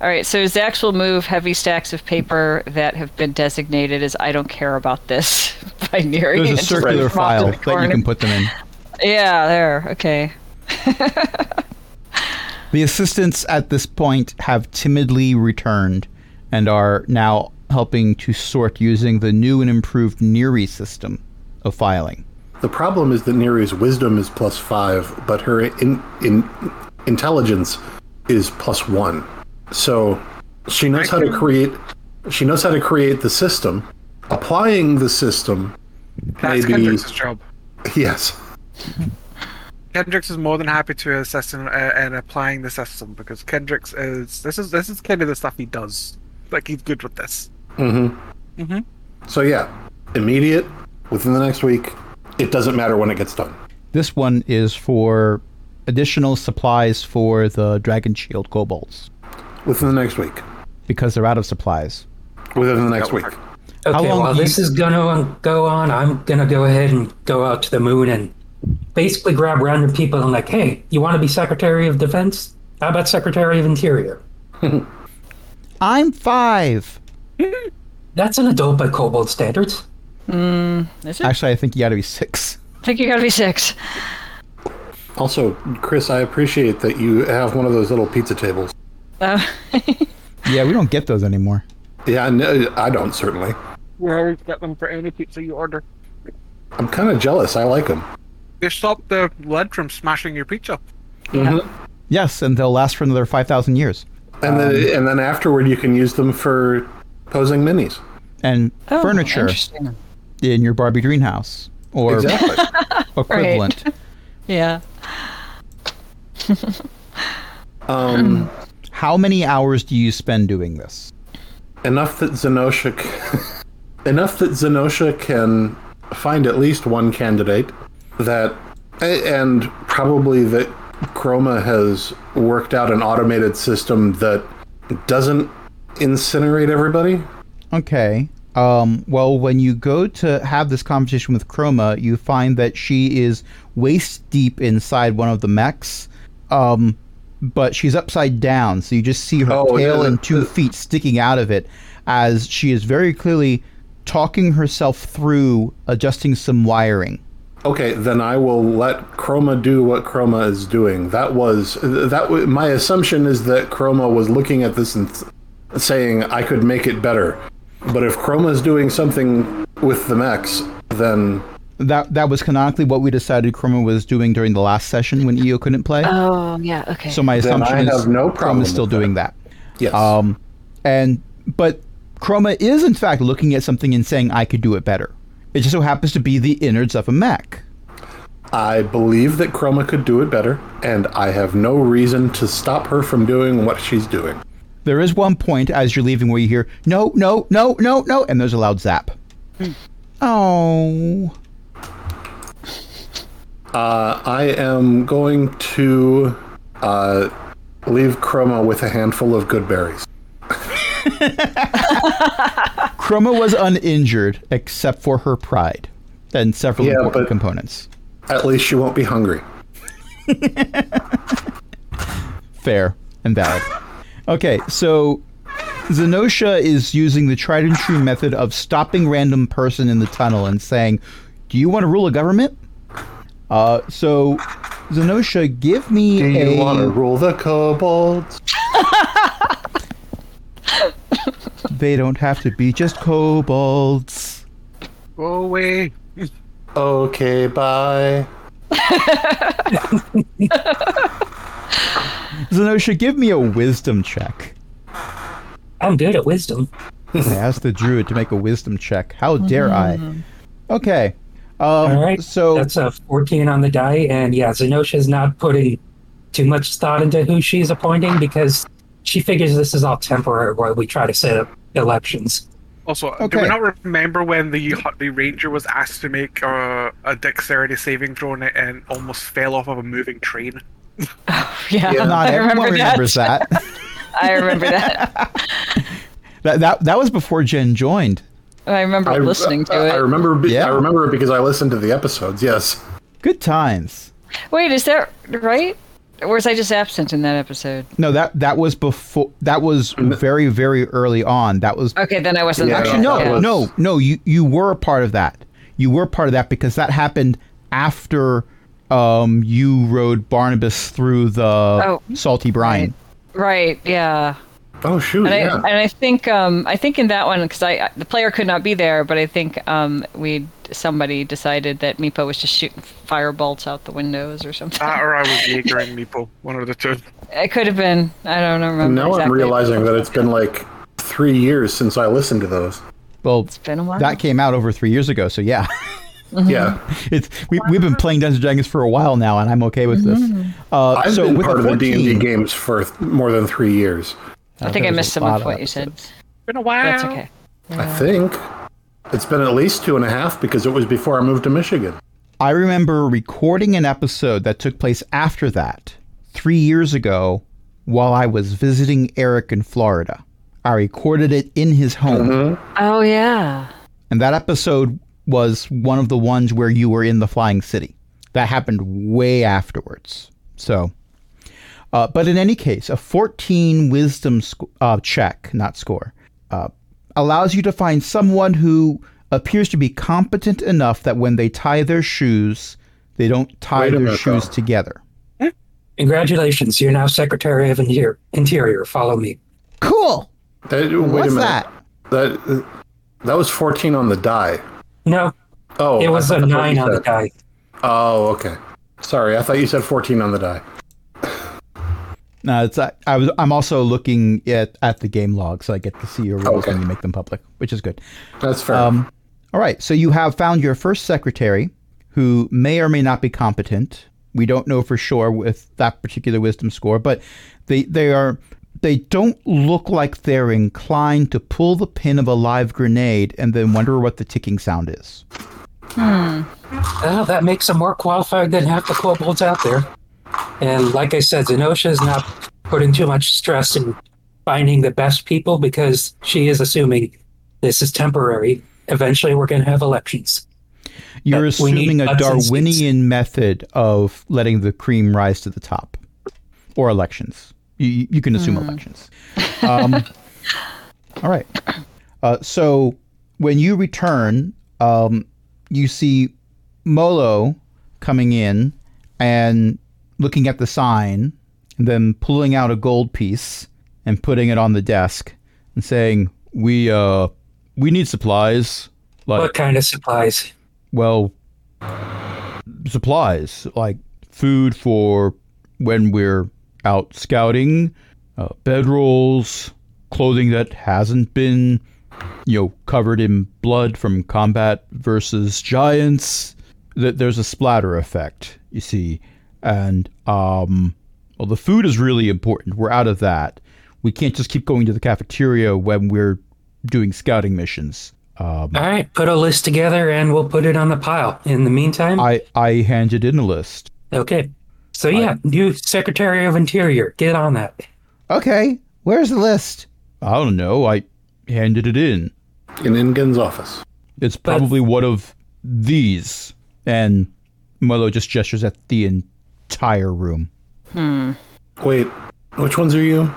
Speaker 4: All right, so Zax will move heavy stacks of paper that have been designated as "I don't care about this" <laughs> by Neri.
Speaker 1: There's
Speaker 4: and
Speaker 1: a
Speaker 4: <laughs> just
Speaker 1: circular
Speaker 4: move them off to
Speaker 1: file
Speaker 4: the
Speaker 1: that you
Speaker 4: corner.
Speaker 1: can put them in.
Speaker 4: Yeah, there. Okay.
Speaker 1: The assistants at this point have timidly returned and are now helping to sort using the new and improved Neri system of filing.
Speaker 3: The problem is that Neri's wisdom is plus five, but her in, in intelligence is plus one. So she knows how to create. She knows how to create the system. Applying the system,
Speaker 2: That's
Speaker 3: maybe-
Speaker 2: Kendrick's job.
Speaker 3: yes.
Speaker 2: Kendrick's is more than happy to assist in, uh, in applying the system because Kendrick's is this is this is kind of the stuff he does. Like he's good with this.
Speaker 3: So yeah, immediate within the next week. It doesn't matter when it gets done.
Speaker 1: This one is for additional supplies for the Dragon Shield kobolds
Speaker 3: Within the next week.
Speaker 1: because they're out of supplies.
Speaker 3: Within the next
Speaker 2: Yeah,
Speaker 3: week.
Speaker 2: we're-
Speaker 1: How
Speaker 5: Okay,
Speaker 1: long
Speaker 5: while
Speaker 1: do you-
Speaker 5: this is gonna go on, I'm gonna go ahead and go out to the moon and basically grab random people and like, hey, you want to be Secretary of Defense? How about Secretary of Interior?
Speaker 1: I'm five.
Speaker 5: That's an adult by kobold standards.
Speaker 4: Is it?
Speaker 1: Actually, I think you got to be six.
Speaker 4: I think you gotta be six. <laughs>
Speaker 3: Also, Chris, I appreciate that you have one of those little pizza tables.
Speaker 4: Uh,
Speaker 1: Yeah, we don't get those anymore.
Speaker 3: Yeah, I, know, I don't certainly.
Speaker 2: We'll always get them for any pizza you order.
Speaker 3: I'm kind of jealous. I like them.
Speaker 2: They stop the lead from smashing your pizza.
Speaker 1: Yes, and they'll last for another 5,000 years.
Speaker 3: And then and then afterward, you can use them for posing minis.
Speaker 1: And <laughs>
Speaker 4: oh,
Speaker 1: furniture
Speaker 4: interesting.
Speaker 1: in your Barbie greenhouse or
Speaker 3: <laughs> Exactly.
Speaker 1: equivalent.
Speaker 4: Yeah.
Speaker 3: um,
Speaker 1: How many hours do you spend doing this?
Speaker 3: enough that Zenosha c- <laughs> enough that Zenosha can find at least one candidate that a- and probably that Chroma has worked out an automated system that doesn't incinerate everybody.
Speaker 1: Okay. Um, well, when you go to have this conversation with Chroma, you find that she is waist deep inside one of the mechs, um, but she's upside down. So you just see her
Speaker 3: Oh,
Speaker 1: tail
Speaker 3: yeah,
Speaker 1: and
Speaker 3: that-
Speaker 1: two feet sticking out of it as she is very clearly talking herself through adjusting some wiring.
Speaker 3: Okay, then I will let Chroma do what Chroma is doing. That was that. w- My assumption is that Chroma was looking at this and th- saying, "I could make it better." But if Chroma is doing something with the mechs, then
Speaker 1: That that was canonically what we decided Chroma was doing during the last session when EO couldn't play.
Speaker 4: Oh, yeah. Okay.
Speaker 1: so my
Speaker 3: Then
Speaker 1: assumption
Speaker 3: I
Speaker 1: is
Speaker 3: have no
Speaker 1: Chroma
Speaker 3: problem
Speaker 1: is still
Speaker 3: with that.
Speaker 1: doing that.
Speaker 3: yes,
Speaker 1: Um, and but Chroma is in fact looking at something and saying, "I could do it better." It just so happens to be the innards of a mech.
Speaker 3: I believe that Chroma could do it better, and I have no reason to stop her from doing what she's doing.
Speaker 1: There is one point as you're leaving where you hear, "No, no, no, no, no," and there's a loud zap. Oh,
Speaker 3: Uh, I am going to uh, leave Chroma with a handful of good berries.
Speaker 1: Chroma was uninjured except for her pride and several
Speaker 3: Yeah,
Speaker 1: important
Speaker 3: but-
Speaker 1: components.
Speaker 3: At least she won't be hungry.
Speaker 1: Fair and valid. Okay, so Zenosha is using the tried and true method of stopping random person in the tunnel and saying, "Do you want to rule a government?" Uh, so Zenosha, give me
Speaker 3: Do you
Speaker 1: a
Speaker 3: want to rule the kobolds?
Speaker 1: they don't have to be just kobolds.
Speaker 2: Go away. <laughs>
Speaker 3: Okay, bye.
Speaker 1: Zenosha, give me a wisdom check.
Speaker 5: I'm good at wisdom.
Speaker 1: I asked the druid to make a wisdom check. How dare I? Okay. Um,
Speaker 5: All right.
Speaker 1: So
Speaker 5: that's a 14 on the die, and yeah, Zenosha's not putting too much thought into who she's appointing because she figures this is all temporary while we try to set up elections.
Speaker 2: Also, do
Speaker 1: Okay.
Speaker 2: we not remember when the the ranger was asked to make uh, a dexterity saving throw and- and almost fell off of a moving train?
Speaker 4: <laughs> yeah,
Speaker 1: not
Speaker 4: <laughs> I
Speaker 1: everyone
Speaker 4: remember that.
Speaker 1: remembers that.
Speaker 4: I
Speaker 1: <laughs>
Speaker 4: remember that.
Speaker 1: that. That that was before Jen joined.
Speaker 4: I remember listening to
Speaker 3: I,
Speaker 4: it.
Speaker 3: I remember. Be,
Speaker 1: Yeah.
Speaker 3: I remember it because I listened to the episodes. Yes.
Speaker 1: Good times.
Speaker 4: Wait, is that right? Or was I just absent in that episode?
Speaker 1: No, that that was before. That was very very early on. That was
Speaker 4: Okay, then I wasn't.
Speaker 3: Yeah,
Speaker 4: there.
Speaker 1: actually no
Speaker 3: that
Speaker 4: Yeah.
Speaker 3: was-
Speaker 1: no no. You you were a part of that. You were part of that because that happened after um you rode Barnabas through the
Speaker 4: Oh.
Speaker 1: salty brine.
Speaker 4: Right. Yeah.
Speaker 3: Oh shoot!
Speaker 4: And I,
Speaker 3: yeah.
Speaker 4: and I think um, I think in that one because I the player could not be there, but I think um, we somebody decided that Meepo was just shooting firebolts out the windoos or something.
Speaker 2: That or I was Jaeger and Meeple, one of the two.
Speaker 4: it could have been. I don't remember.
Speaker 3: now I'm
Speaker 4: exactly.
Speaker 3: realizing that it's been like three years since I listened to those.
Speaker 1: Well,
Speaker 4: it's been a while.
Speaker 1: that came out over three years ago. So yeah. <laughs>
Speaker 4: Mm-hmm.
Speaker 3: Yeah,
Speaker 1: It's we, we've been playing Dungeons and Dragons for a while now, and I'm okay with
Speaker 4: Mm-hmm.
Speaker 1: this. Uh,
Speaker 3: I've
Speaker 1: so
Speaker 3: been
Speaker 1: with
Speaker 3: part
Speaker 1: a
Speaker 3: of the D
Speaker 1: 14,
Speaker 3: and D games for th- more than three years.
Speaker 4: I think I
Speaker 1: there's
Speaker 4: missed
Speaker 1: a
Speaker 4: some
Speaker 1: lot
Speaker 4: of
Speaker 1: of
Speaker 4: what you said.
Speaker 2: Been a while.
Speaker 4: That's okay.
Speaker 3: I think it's been at least two and a half because it was before I moved to Michigan.
Speaker 1: I remember recording an episode that took place after that three years ago, while I was visiting Eric in Florida. I recorded it in his home,
Speaker 4: Oh yeah.
Speaker 1: and that episode was one of the ones where you were in the flying city. That happened way afterwards. So, uh, but in any case, a 14 wisdom sc- uh, check, not score, uh, allows you to find someone who appears to be competent enough that when they tie their shoes, they don't tie
Speaker 3: Wait a
Speaker 1: their
Speaker 3: minute,
Speaker 1: shoes
Speaker 3: though.
Speaker 1: together.
Speaker 5: Congratulations, you're now Secretary of Interior. Interior. Follow me.
Speaker 1: Cool.
Speaker 3: That, wait a
Speaker 1: What's
Speaker 3: minute.
Speaker 1: that?
Speaker 3: That that was fourteen on the die.
Speaker 5: No,
Speaker 3: Oh,
Speaker 5: it was
Speaker 3: a
Speaker 5: a nine on the die.
Speaker 3: Oh, okay. Sorry, I thought you said fourteen on the die.
Speaker 1: No, it's I, I was I'm also looking at at the game log, so I get to see your rules
Speaker 3: Okay.
Speaker 1: when you make them public, which is good.
Speaker 3: That's fair.
Speaker 1: Um, all right, so you have found your first secretary who may or may not be competent. We don't know for sure with that particular wisdom score, but they they are they don't look like they're inclined to pull the pin of a live grenade and then wonder what the ticking sound is.
Speaker 5: Oh, that makes them more qualified than half the kobolds out there. And like I said, Zenosha is not putting too much stress in finding the best people because she is assuming this is temporary. Eventually, we're going to have elections.
Speaker 1: You're
Speaker 5: Uh, we need
Speaker 1: assuming a
Speaker 5: butts and seats.
Speaker 1: Darwinian method of letting the cream rise to the top, or elections. You, you can assume elections. Um, <laughs> all right. Uh, so when you return, um, you see Molo coming in and looking at the sign, and then pulling out a gold piece and putting it on the desk and saying, "We uh, we need supplies." Like,
Speaker 5: What kind of supplies?
Speaker 1: well supplies like food for when we're out scouting uh, bedrolls clothing that hasn't been you know covered in blood from combat versus giants that there's a splatter effect you see and um well the food is really important we're out of that we can't just keep going to the cafeteria when we're doing scouting missions um
Speaker 5: All right, put a list together and we'll put it on the pile. In the meantime,
Speaker 1: I I handed in a list.
Speaker 5: okay. So, yeah, new Secretary of Interior, get on that.
Speaker 1: Okay, where's the list? I don't know. I handed it in.
Speaker 3: in Ingen's office.
Speaker 1: It's probably one of these. And Milo just gestures at the entire room
Speaker 4: Hmm.
Speaker 3: Wait, which ones are you?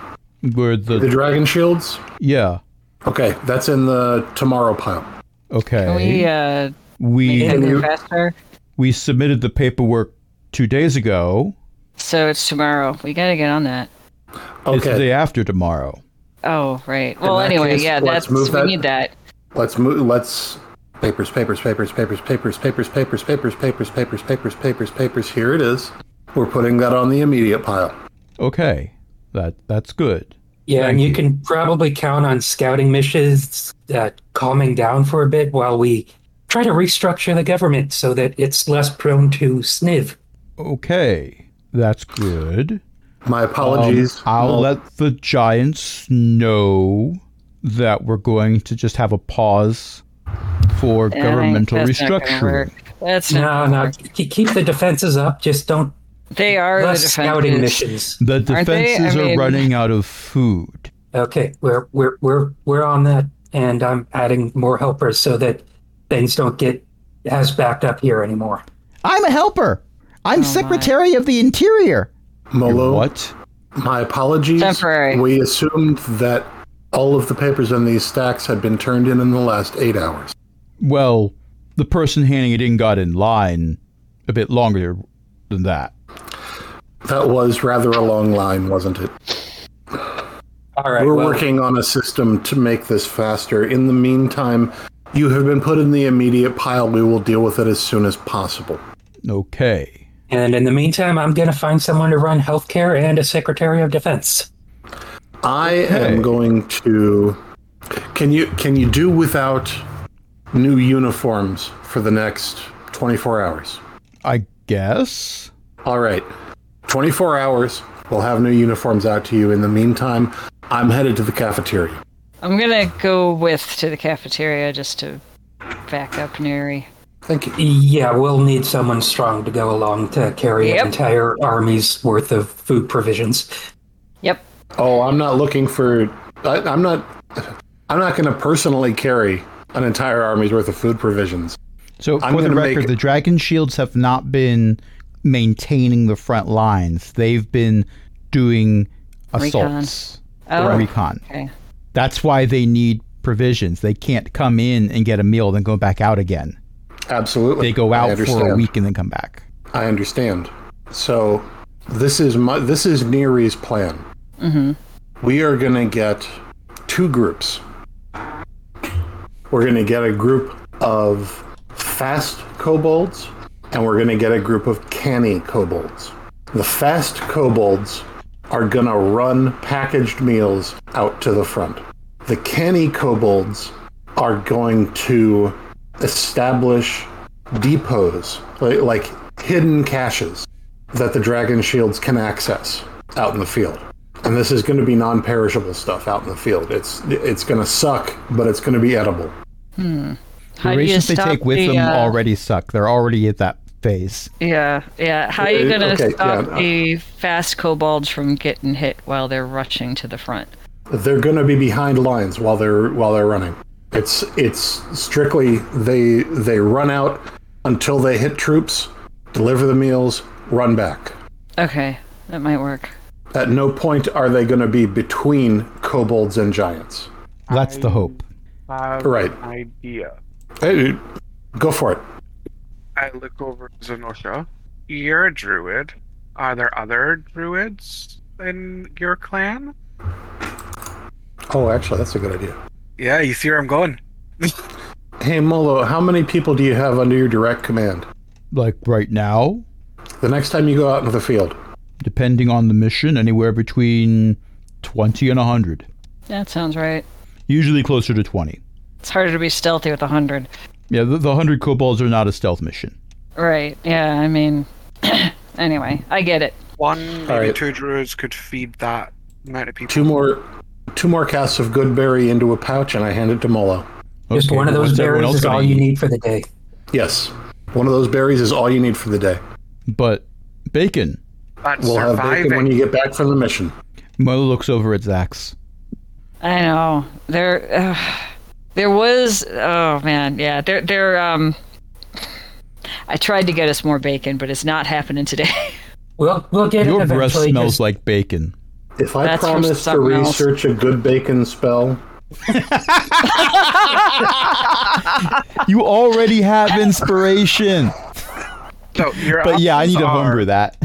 Speaker 1: where
Speaker 3: The
Speaker 1: the
Speaker 3: dragon shields.
Speaker 1: yeah
Speaker 3: Okay, that's in the tomorrow pile.
Speaker 1: okay
Speaker 4: Can we uh,
Speaker 1: we
Speaker 3: Can
Speaker 4: go
Speaker 3: you-
Speaker 4: faster?
Speaker 1: we submitted the paperwork two days ago.
Speaker 4: So it's tomorrow. We gotta get on that.
Speaker 1: It's the
Speaker 3: Okay,
Speaker 1: day after tomorrow.
Speaker 4: Oh right. Well,
Speaker 3: that
Speaker 4: anyway,
Speaker 3: case,
Speaker 4: yeah.
Speaker 3: let's
Speaker 4: That's
Speaker 3: move
Speaker 4: we
Speaker 3: that-
Speaker 4: need that.
Speaker 3: let's move. Let's papers, papers, papers, papers, papers, papers, papers, papers, papers, papers, papers, papers, papers. Here it is. We're putting that on the immediate pile.
Speaker 1: Okay, that that's good.
Speaker 5: Yeah,
Speaker 1: Thank
Speaker 5: and you,
Speaker 1: you.
Speaker 5: can probably count on scouting missions uh, calming down for a bit while we try to restructure the government so that it's less prone to sniv.
Speaker 1: Okay, that's good.
Speaker 3: My
Speaker 1: Um,
Speaker 3: apologies.
Speaker 1: I'll
Speaker 3: Well,
Speaker 1: let the Giants know that we're going to just have a pause for
Speaker 4: Yeah,
Speaker 1: governmental
Speaker 4: Eh, that's not gonna
Speaker 1: restructuring.
Speaker 4: work. That's not.
Speaker 5: No, no, k- keep the defenses up. Just don't
Speaker 4: They are
Speaker 5: less
Speaker 4: the
Speaker 5: scouting
Speaker 4: defense.
Speaker 5: missions.
Speaker 1: The
Speaker 4: Aren't they? I
Speaker 1: defenses are
Speaker 4: mean-
Speaker 1: running out of food.
Speaker 5: Okay, we're we're we're we're on that, and I'm adding more helpers so that things don't get as backed up here anymore.
Speaker 1: I'm a helper.
Speaker 4: Oh,
Speaker 1: I'm Secretary of the Interior.
Speaker 3: Molo,
Speaker 1: What?
Speaker 3: my apologies.
Speaker 4: Temporary.
Speaker 3: We assumed that all of the papers in these stacks had been turned in in the last eight hours.
Speaker 1: Well, the person handing it in got in line a bit longer than that.
Speaker 3: That was rather a long line, wasn't it?
Speaker 5: All right.
Speaker 3: We're
Speaker 5: well,
Speaker 3: working on a system to make this faster. In the meantime, you have been put in the immediate pile. We will deal with it as soon as possible.
Speaker 1: Okay.
Speaker 5: And in the meantime, I'm going to find someone to run healthcare and a Secretary of Defense.
Speaker 3: I
Speaker 1: Okay.
Speaker 3: am going to. Can you can you do without new uniforms for the next 24 hours?
Speaker 1: I guess.
Speaker 3: All right. 24 hours. We'll have new uniforms out to you. In the meantime, I'm headed to the cafeteria.
Speaker 4: I'm gonna go with to the cafeteria just to back up Neri.
Speaker 3: Thank you.
Speaker 5: Yeah, we'll need someone strong to go along to carry
Speaker 4: Yep.
Speaker 5: an entire army's worth of food provisions.
Speaker 4: Yep.
Speaker 3: Oh, I'm not looking for. I, I'm not. I'm not going to personally carry an entire army's worth of food provisions.
Speaker 1: So
Speaker 3: I'm
Speaker 1: for the
Speaker 3: gonna make
Speaker 1: record,
Speaker 3: it-
Speaker 1: the Dragon Shields have not been maintaining the front lines. They've been doing assaults.
Speaker 4: Oh,
Speaker 1: or Recon.
Speaker 4: okay.
Speaker 1: That's why they need provisions. They can't come in and get a meal, then go back out again.
Speaker 3: Absolutely.
Speaker 1: They go
Speaker 3: I
Speaker 1: out for a
Speaker 3: understand.
Speaker 1: week and then come back.
Speaker 3: I understand. So this is my this is Neri's plan. Mm-hmm. We are gonna get two groups. We're gonna get a group of fast kobolds, and we're gonna get a group of canny kobolds. The fast kobolds are gonna run packaged meals out to the front. The canny kobolds are going to establish depots, like, like hidden caches that the dragon shields can access out in the field. And this is going to be non-perishable stuff out in the field. It's it's going to suck, but it's going to be edible.
Speaker 4: How do you
Speaker 1: Rations they
Speaker 4: stop
Speaker 1: take with
Speaker 4: the,
Speaker 1: them
Speaker 4: uh,
Speaker 1: already suck. They're already at that phase.
Speaker 4: Yeah, yeah. How are you
Speaker 3: Uh,
Speaker 4: gonna
Speaker 3: okay,
Speaker 4: stop
Speaker 3: yeah, no.
Speaker 4: the fast kobolds from getting hit while they're rushing to the front?
Speaker 3: They're going to be behind lines while they're while they're running. It's it's strictly they they run out until they hit troops, deliver the meals, run back.
Speaker 4: Okay, that might work.
Speaker 3: At no point are they going to be between kobolds and giants.
Speaker 1: That's the hope.
Speaker 2: Have
Speaker 3: Right.
Speaker 2: An idea.
Speaker 3: Hey, go for it.
Speaker 2: I look over to Zenosha. You're a druid. Are there other druids in your clan?
Speaker 3: Oh, actually, that's a good idea.
Speaker 2: Yeah, you see where I'm going.
Speaker 3: Hey Molo, how many people do you have under your direct command?
Speaker 1: Like right now,
Speaker 3: The next time you go out into the field,
Speaker 1: depending on the mission, anywhere between 20 and 100.
Speaker 4: That sounds right.
Speaker 1: Usually closer to 20.
Speaker 4: It's harder to be stealthy with a hundred.
Speaker 1: Yeah, the, the 100 kobolds are not a stealth mission.
Speaker 4: Right. Yeah. I mean, <coughs> anyway, I get it.
Speaker 2: One, maybe
Speaker 3: right.
Speaker 2: two druids could feed that amount of people.
Speaker 3: two more, two more casts of good berry into a pouch, and I hand it to Molo.
Speaker 5: Just
Speaker 1: Okay,
Speaker 5: one of
Speaker 1: but
Speaker 5: those
Speaker 1: what's everyone
Speaker 5: berries
Speaker 1: else
Speaker 5: is
Speaker 1: gonna
Speaker 5: all you
Speaker 1: eat?
Speaker 5: need for the day.
Speaker 3: Yes, one of those berries is all you need for the day.
Speaker 1: But bacon.
Speaker 2: But
Speaker 3: We'll have
Speaker 2: surviving.
Speaker 3: bacon when you get back from the mission.
Speaker 1: Milo looks over at Zax.
Speaker 4: I know there. Uh, there was. Oh man. Yeah. There. There. Um. I tried to get us more bacon, but it's not happening today. <laughs>
Speaker 5: We'll we'll get
Speaker 1: Your
Speaker 5: it
Speaker 1: breath
Speaker 5: eventually.
Speaker 1: smells
Speaker 5: just-
Speaker 1: like bacon.
Speaker 3: If I
Speaker 4: That's from
Speaker 3: promise to
Speaker 4: something else.
Speaker 3: research a good bacon spell,
Speaker 1: You already have inspiration.
Speaker 2: So your
Speaker 1: But yeah, I need
Speaker 2: options
Speaker 1: to
Speaker 2: are-
Speaker 1: remember that.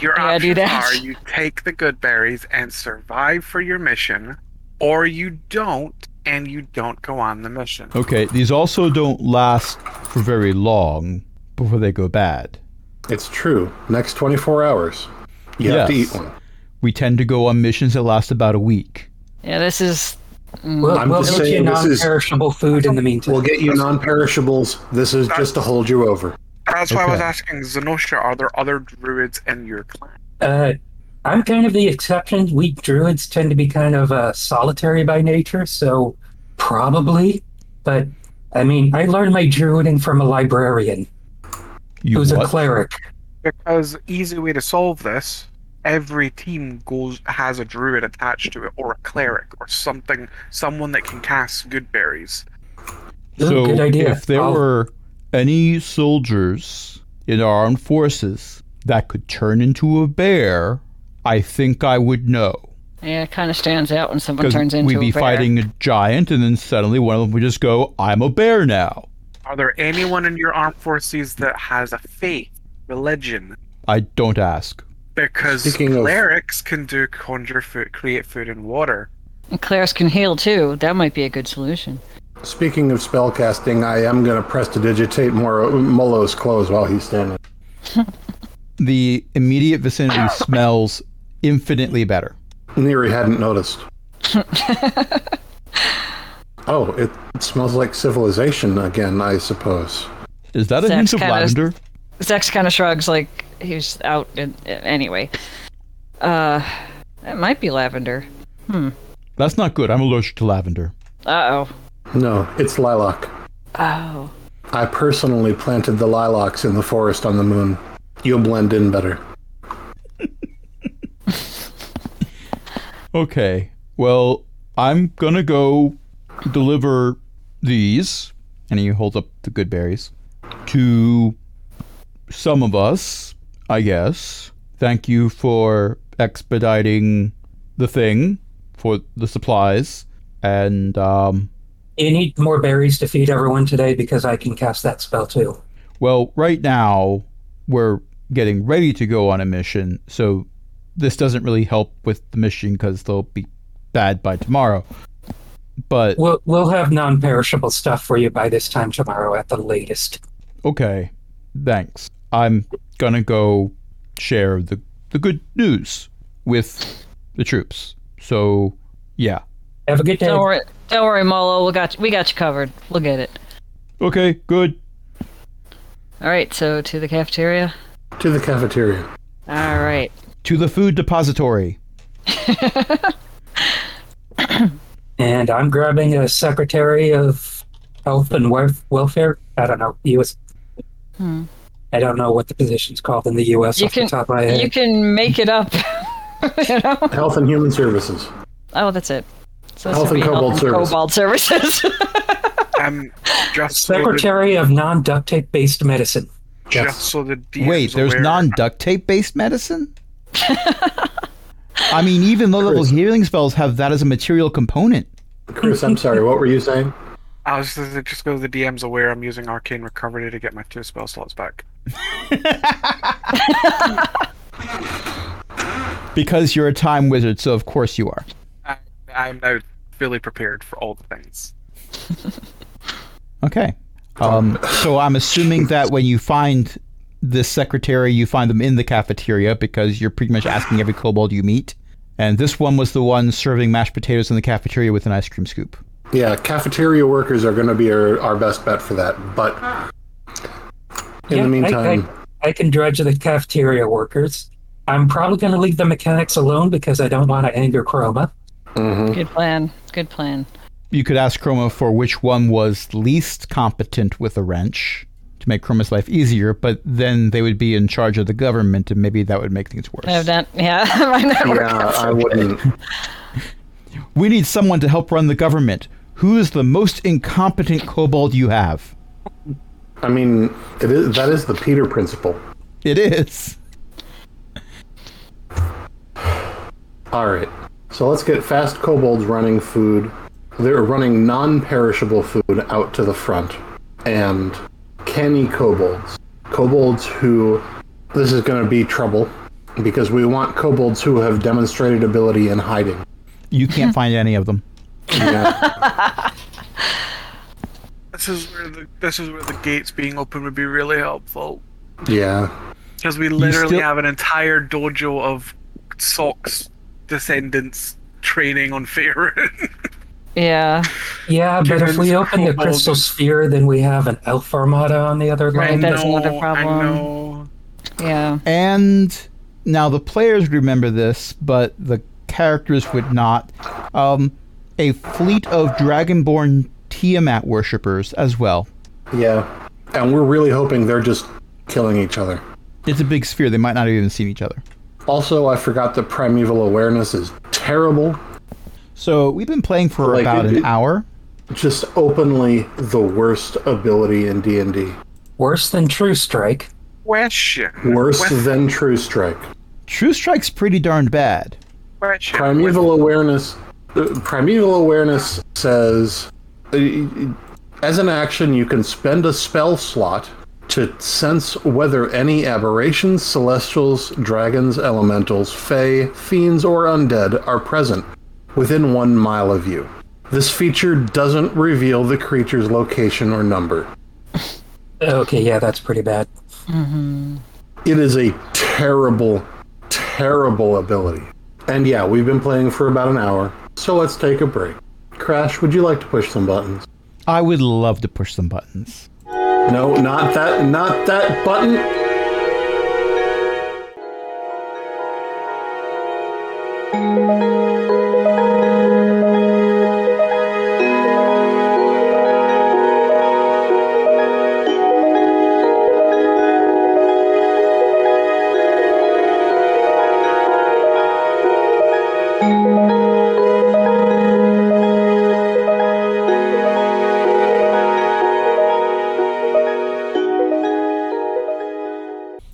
Speaker 2: Your
Speaker 4: Yeah, do
Speaker 2: options
Speaker 4: that.
Speaker 2: are you take the good berries and survive for your mission, or you don't and you don't go on the mission.
Speaker 1: Okay, these also don't last for very long before they go bad.
Speaker 3: it's true. Next 24 hours, you have to
Speaker 1: Yes.
Speaker 3: eat one.
Speaker 1: We tend to go on missions that last about a week.
Speaker 4: yeah. This is.
Speaker 5: We'll,
Speaker 3: I'm
Speaker 5: we'll
Speaker 3: just
Speaker 5: get you
Speaker 3: saying this is-
Speaker 5: non-perishable food in the meantime.
Speaker 3: We'll get you non-perishables. This is just to hold you over.
Speaker 2: That's why I was
Speaker 1: Okay.
Speaker 2: asking Zenosha, are there other druids in your clan?
Speaker 5: Uh, I'm kind of the exception. We druids tend to be kind of uh, solitary by nature, so probably. But I mean, I learned my druiding from a librarian
Speaker 1: You
Speaker 5: who's a
Speaker 1: what?
Speaker 5: cleric.
Speaker 2: Because easy way to solve this, every team goes has a druid attached to it, or a cleric, or something, someone that can cast good berries.
Speaker 5: Ooh,
Speaker 1: so
Speaker 5: good idea.
Speaker 1: if there
Speaker 5: I'll-
Speaker 1: were any soldiers in our armed forces that could turn into a bear, I think I would know.
Speaker 4: Yeah, it kind of stands out when someone turns
Speaker 1: Because
Speaker 4: into
Speaker 1: we'd
Speaker 4: a
Speaker 1: be
Speaker 4: bear.
Speaker 1: fighting a giant, and then suddenly one of them would just go, I'm a bear now.
Speaker 2: Are there anyone in your armed forces that has a faith, religion?
Speaker 1: I don't ask.
Speaker 2: Because
Speaker 3: Speaking of-
Speaker 2: clerics can do conjure food, create food and water.
Speaker 4: And Claire's can heal too. That might be a good solution.
Speaker 3: Speaking of spellcasting, I am going to press to digitate more Molo's clothes while he's standing.
Speaker 1: The immediate
Speaker 4: <coughs>
Speaker 1: vicinity smells infinitely better.
Speaker 3: Neary
Speaker 5: <laughs>
Speaker 3: hadn't noticed. oh, it, it smells like civilization again, I suppose.
Speaker 1: Is that a
Speaker 4: Sex
Speaker 1: hint of
Speaker 4: kind of-
Speaker 1: lavender?
Speaker 4: Zex kind of shrugs, like he's out. In, anyway, uh, that might be lavender.
Speaker 1: That's not good. I'm allergic to lavender.
Speaker 4: Uh oh.
Speaker 3: No, it's lilac.
Speaker 4: Oh.
Speaker 3: I personally planted the lilacs in the forest on the moon. You'll blend in better.
Speaker 1: Okay. Well, I'm gonna go deliver these, and he holds up the good berries to some of us, I guess. Thank you for expediting the thing for the supplies, and um,
Speaker 5: You need more berries to feed everyone today because I can cast that spell too.
Speaker 1: Well, right now we're getting ready to go on a mission, so this doesn't really help with the mission because they'll be bad by tomorrow. But
Speaker 5: We'll we'll have non-perishable stuff for you by this time tomorrow at the latest.
Speaker 1: okay, thanks. I'm gonna go share the the good news with the troops. So yeah,
Speaker 5: Have a good day.
Speaker 4: Don't worry. Don't worry, Molo. We got you, we got you covered. We'll get it.
Speaker 1: okay, good.
Speaker 4: All right. So to the cafeteria.
Speaker 3: To the cafeteria.
Speaker 4: All right.
Speaker 1: To the food depository.
Speaker 5: And I'm grabbing a Secretary of Health and Welf- Welfare. I don't know U.S. I don't know what the position's called in the U.S.
Speaker 4: Hmm. You
Speaker 5: off
Speaker 4: can-
Speaker 5: the top of my
Speaker 4: You
Speaker 5: head.
Speaker 4: can make it up. <laughs> you know?
Speaker 3: Health and Human Services.
Speaker 4: Oh, that's it. So it's
Speaker 3: Health and
Speaker 4: gonna be
Speaker 3: Cobalt Service.
Speaker 4: Cobalt services. <laughs>
Speaker 2: Um, just so the-
Speaker 5: Secretary of non-duct tape based medicine.
Speaker 2: just so the DM's
Speaker 1: Wait, there's
Speaker 2: aware.
Speaker 1: non duct tape based medicine. I mean, even low level
Speaker 3: Chris.
Speaker 1: healing spells have that as a material component.
Speaker 3: Chris, I'm sorry, what were you saying?
Speaker 2: I was just, just go. The DM's aware. I'm using arcane recovery to get my two spell slots back.
Speaker 1: Because you're a time wizard, so of course you are.
Speaker 2: I, I'm now fully prepared for all the things.
Speaker 1: Okay. Um, so I'm assuming that when you find this secretary, you find them in the cafeteria because you're pretty much asking every kobold you meet. And this one was the one serving mashed potatoes in the cafeteria with an ice cream scoop.
Speaker 3: Yeah, cafeteria workers are going to be our, our best bet for that. But in
Speaker 5: Yeah,
Speaker 3: the
Speaker 5: I-
Speaker 3: meantime,
Speaker 5: I, I can dredge the cafeteria workers. I'm probably going to leave the mechanics alone because I don't want to anger Chroma. Mm-hmm.
Speaker 4: Good plan. Good plan.
Speaker 1: You could ask Chroma for which one was least competent with a wrench to make Chroma's life easier, but then they would be in charge of the government, and maybe that would make things worse.
Speaker 4: I've done. Yeah. <laughs> my network.
Speaker 3: yeah, I wouldn't.
Speaker 1: We need someone to help run the government. Who is the most incompetent kobold you have?
Speaker 3: I mean, it is that is the Peter principle.
Speaker 1: It is.
Speaker 3: All right, so let's get fast kobolds running food. They're running non-perishable food out to the front, and canny kobolds, kobolds who this is going to be trouble because we want kobolds who have demonstrated ability in hiding.
Speaker 1: You can't find any of them.
Speaker 3: Yeah.
Speaker 2: This is where the this is where the gates being open would be really helpful
Speaker 3: yeah.
Speaker 2: because we literally
Speaker 1: still-
Speaker 2: have an entire dojo of socks descendants training on
Speaker 4: <laughs>
Speaker 2: Faerun.
Speaker 4: Yeah.
Speaker 5: Yeah, but if we
Speaker 2: Turns
Speaker 5: open the
Speaker 2: kobold.
Speaker 5: crystal sphere, then we have an elf armada on the other
Speaker 2: I
Speaker 5: line.
Speaker 4: that's
Speaker 2: know,
Speaker 4: another problem.
Speaker 2: I know.
Speaker 4: Yeah.
Speaker 1: And now the players remember this, but the characters would not. Um, a fleet of Dragonborn Tiamat worshippers as well.
Speaker 3: Yeah. And we're really hoping they're just killing each other.
Speaker 1: It's a big sphere. They might not have even seen each other.
Speaker 3: Also, I forgot that primeval awareness is terrible.
Speaker 1: So we've been playing for
Speaker 3: Like,
Speaker 1: about
Speaker 3: it-
Speaker 1: an hour.
Speaker 3: Just openly the worst ability in D&D.
Speaker 5: Worse than True Strike.
Speaker 2: Question.
Speaker 3: Worse
Speaker 2: Question.
Speaker 3: than True Strike.
Speaker 1: True Strike's pretty darn bad.
Speaker 2: Question.
Speaker 3: Primeval awareness. uh, primeval awareness says, uh, as an action, you can spend a spell slot to sense whether any aberrations, celestials, dragons, elementals, fey, fiends, or undead are present within one mile of you. This feature doesn't reveal the creature's location or number.
Speaker 5: Okay, yeah, that's pretty bad.
Speaker 3: It is a terrible, terrible ability. And yeah, we've been playing for about an hour, so let's take a break. Crash, would you like to push some buttons?
Speaker 1: I would love to push some buttons.
Speaker 3: No, not that, not that button.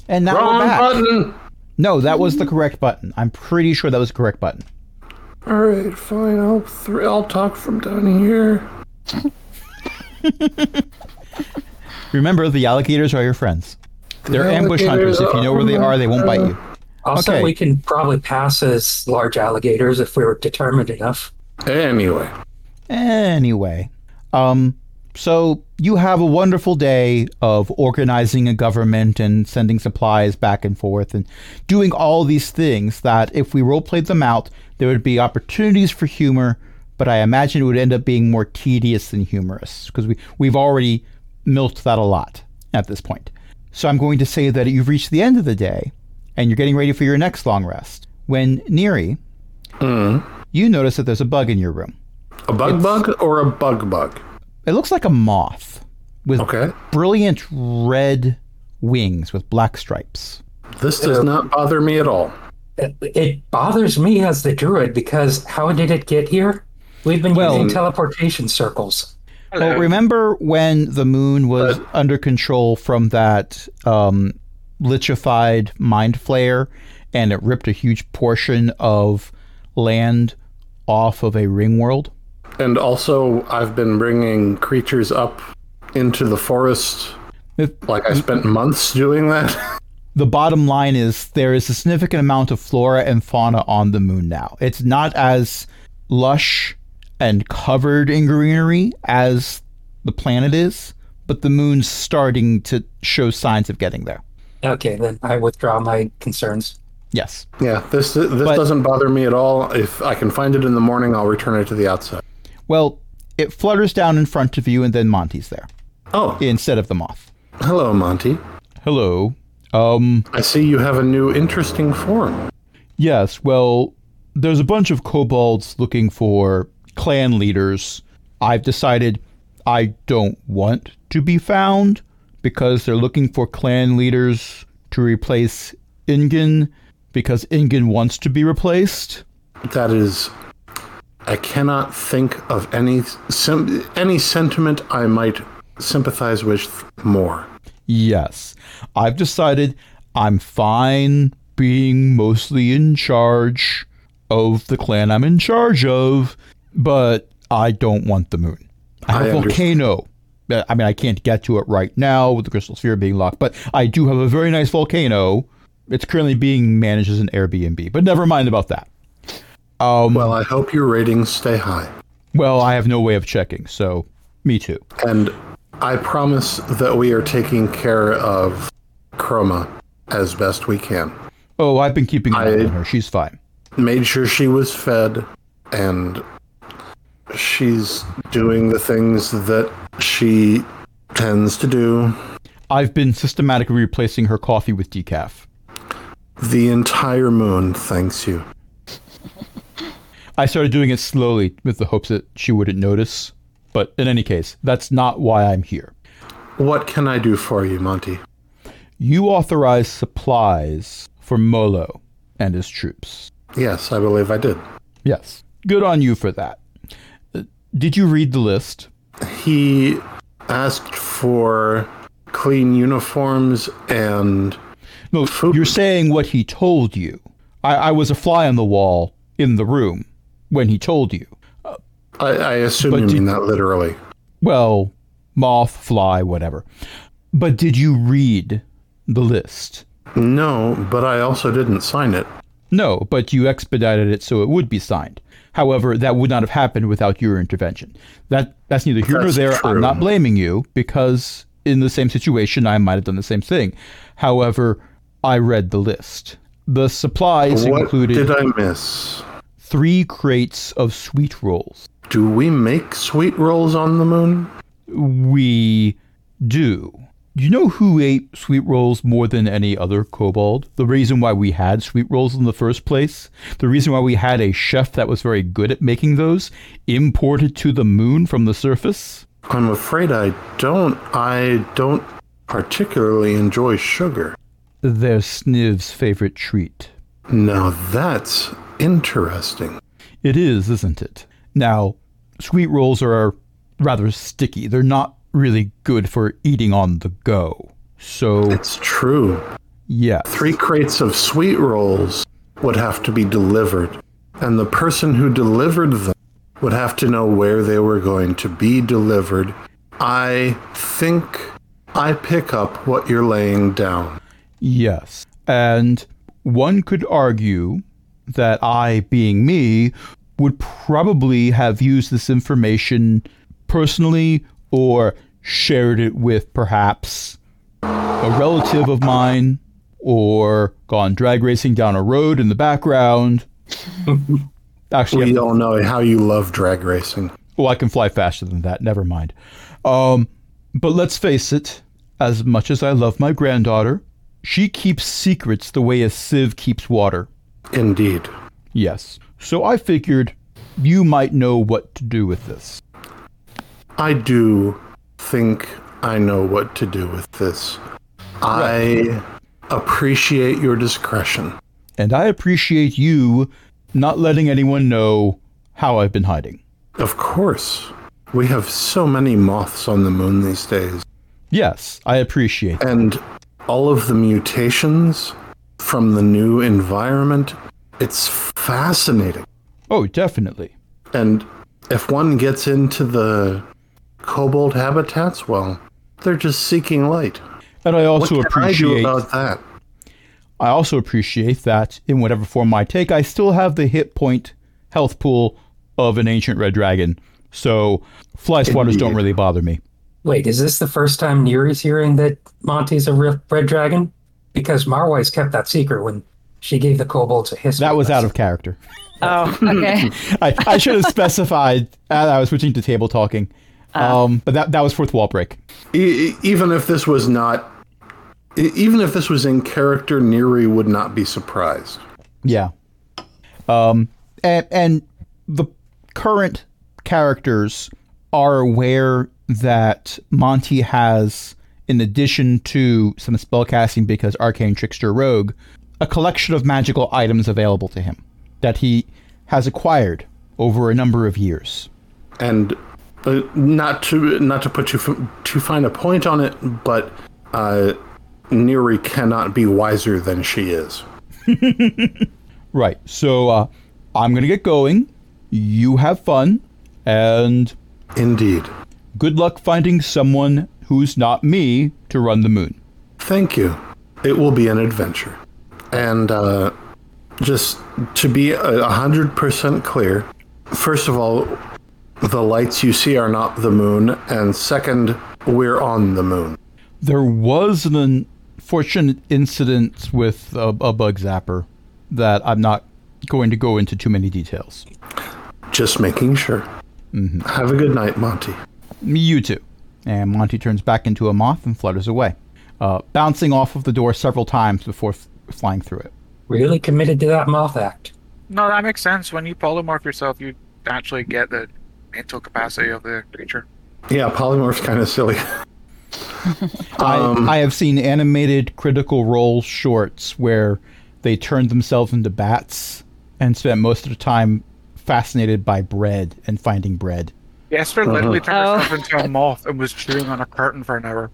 Speaker 1: And now
Speaker 3: Wrong
Speaker 1: we're back.
Speaker 3: button.
Speaker 1: No, that was the correct button. I'm pretty sure that was the correct button.
Speaker 3: All right, fine. I'll thr I'll talk from down here.
Speaker 1: Remember, the alligators are your friends. They're ambush hunters. If you know where they are, they won't bite you.
Speaker 5: Also,
Speaker 1: Okay.
Speaker 5: we can probably pass as large alligators if we were determined enough.
Speaker 3: Anyway,
Speaker 1: Anyway, um, so you have a wonderful day of organizing a government and sending supplies back and forth and doing all these things that if we role played them out, there would be opportunities for humor, but I imagine it would end up being more tedious than humorous because we, we've already milked that a lot at this point. So I'm going to say that you've reached the end of the day and you're getting ready for your next long rest when Neri, you notice that there's a bug in your room.
Speaker 3: a bug bug or a bug bug?
Speaker 1: It looks like a moth with
Speaker 3: Okay,
Speaker 1: brilliant red wings with black stripes.
Speaker 3: this does not bother me at all.
Speaker 5: It- It bothers me as the druid because how did it get here? We've been
Speaker 1: Well-
Speaker 5: using teleportation circles.
Speaker 2: Hello.
Speaker 1: Well, remember when the moon was under control from that um, lichefied mind flare and it ripped a huge portion of land off of a ring world?
Speaker 3: And also, I've been bringing creatures up into the forest.
Speaker 1: It-
Speaker 3: Like I spent months doing that. <laughs>
Speaker 1: the bottom line is there is a significant amount of flora and fauna on the moon now. It's not as lush and covered in greenery as the planet is, but the moon's starting to show signs of getting there.
Speaker 5: Okay, then I withdraw my concerns.
Speaker 1: Yes.
Speaker 3: Yeah, this this doesn't bother me at all. If I can find it in the morning, I'll return it to the outside.
Speaker 1: Well, it flutters down in front of you and then Monty's there
Speaker 3: Oh,
Speaker 1: instead of the moth.
Speaker 3: hello, Monty.
Speaker 1: Hello. Um
Speaker 3: I see you have a new interesting form.
Speaker 1: Yes, well, there's a bunch of kobolds looking for clan leaders. I've decided I don't want to be found because they're looking for clan leaders to replace Ingen because Ingen wants to be replaced.
Speaker 3: That is, I cannot think of any sim- any sentiment I might sympathize with more.
Speaker 1: Yes, I've decided I'm fine being mostly in charge of the clan I'm in charge of, but I don't want the moon. I have
Speaker 3: I
Speaker 1: a
Speaker 3: understand.
Speaker 1: volcano. Uh, I mean, I can't get to it right now with the crystal sphere being locked, but I do have a very nice volcano. It's currently being managed as an Airbnb, but never mind about that. Um,
Speaker 3: Well, I hope your ratings stay high.
Speaker 1: well, I have no way of checking, so me too.
Speaker 3: And I promise that we are taking care of Chroma as best we can.
Speaker 1: Oh, I've been keeping an eye
Speaker 3: I-
Speaker 1: on her. She's fine.
Speaker 3: Made sure she was fed and she's doing the things that she tends to do.
Speaker 1: I've been systematically replacing her coffee with decaf.
Speaker 3: The entire moon thanks you.
Speaker 1: I started doing it slowly with the hopes that she wouldn't notice. But in any case, that's not why I'm here.
Speaker 3: What can I do for you, Monty?
Speaker 1: You authorize supplies for Molo and his troops.
Speaker 3: Yes, I believe I did.
Speaker 1: Yes. Good on you for that. Uh, Did you read the list?
Speaker 3: He asked for clean uniforms and
Speaker 1: No,
Speaker 3: Food.
Speaker 1: you're saying what he told you. I, I was a fly on the wall in the room when he told you.
Speaker 3: I, I assume
Speaker 1: But
Speaker 3: you
Speaker 1: do-
Speaker 3: mean that literally.
Speaker 1: Well, moth, fly, whatever. But did you read the list?
Speaker 3: No, but I also didn't sign it.
Speaker 1: No, but you expedited it so it would be signed. However, that would not have happened without your intervention. That that's neither here
Speaker 3: That's
Speaker 1: nor there.
Speaker 3: true.
Speaker 1: I'm not blaming you because in the same situation I might have done the same thing. However, I read the list. The supplies
Speaker 3: what
Speaker 1: included
Speaker 3: did I miss?
Speaker 1: three crates of sweet rolls.
Speaker 3: Do we make sweet rolls on the moon?
Speaker 1: We do. You know who ate sweet rolls more than any other kobold? The reason why we had sweet rolls in the first place, the reason why we had a chef that was very good at making those, imported to the moon from the surface?
Speaker 3: I'm afraid I don't. I don't particularly enjoy sugar.
Speaker 1: They're Sniv's favorite treat.
Speaker 3: Now that's interesting.
Speaker 1: It is, isn't it? Now, sweet rolls are rather sticky. They're not really good for eating on the go. So,
Speaker 3: It's true.
Speaker 1: yeah.
Speaker 3: Three crates of sweet rolls would have to be delivered, and the person who delivered them would have to know where they were going to be delivered. I think I pick up what you're laying down.
Speaker 1: Yes. And one could argue that I, being me, would probably have used this information personally or shared it with perhaps a relative of mine or gone drag racing down a road in the background. Actually,
Speaker 3: We all know how you love drag racing.
Speaker 1: well, I can fly faster than that. Never mind. Um, but let's face it, as much as I love my granddaughter, she keeps secrets the way a sieve keeps water.
Speaker 3: Indeed.
Speaker 1: Yes. So I figured you might know what to do with this.
Speaker 3: I do think I know what to do with this. I appreciate your discretion.
Speaker 1: And I appreciate you not letting anyone know how I've been hiding.
Speaker 3: Of course, we have so many moths on the moon these days,
Speaker 1: Yes, I appreciate that.
Speaker 3: and all of the mutations from the new environment. It's fascinating.
Speaker 1: Oh, definitely.
Speaker 3: And if one gets into the kobold habitats, well, they're just seeking light.
Speaker 1: And I
Speaker 3: What
Speaker 1: also
Speaker 3: can I do
Speaker 1: appreciate
Speaker 3: about that?
Speaker 1: I also appreciate that in whatever form I take, I still have the hit point health pool of an ancient red dragon. So fly swatters don't
Speaker 3: Indeed.
Speaker 1: really bother me.
Speaker 5: Wait, is this the first time Neri's hearing that Monty's a real red dragon? Because Marwise kept that secret when she gave the kobolds a hiss.
Speaker 1: That was out of character. <laughs>
Speaker 4: Oh, <laughs> okay.
Speaker 1: I, I should have <laughs> specified uh, I was switching to table talking. Um, but that, that was fourth wall break.
Speaker 3: E- e- even if this was not e- even if this was in character neri would not be surprised
Speaker 1: Yeah. Um, and, and the current characters are aware that Monty has, in addition to some spellcasting because Arcane Trickster Rogue, a collection of magical items available to him that he has acquired over a number of years.
Speaker 3: and uh, not to not to put too f- too fine a point on it but uh neri cannot be wiser than she is
Speaker 1: Right. So uh, I'm going to get going. You have fun. And
Speaker 3: indeed
Speaker 1: good luck finding someone who's not me to run the moon.
Speaker 3: thank you it will be an adventure and uh just to be a hundred percent clear first of all the lights you see are not the moon and second we're on the moon
Speaker 1: There was an unfortunate incident with a, a bug zapper that I'm not going to go into too many details.
Speaker 3: Just making sure. Have a good night, Monty.
Speaker 1: You too. And Monty turns back into a moth and flutters away, uh, bouncing off of the door several times before f- flying through it.
Speaker 5: really committed to that mouth act.
Speaker 2: No, that makes sense. When you polymorph yourself, you actually get the mental capacity of the creature.
Speaker 3: Yeah, polymorph's kind of silly.
Speaker 1: I, I have seen animated Critical Role shorts where they turned themselves into bats and spent most of the time fascinated by bread and finding bread.
Speaker 2: Yester literally turned
Speaker 4: Uh-huh.
Speaker 2: herself into a moth and was chewing on a curtain for an hour.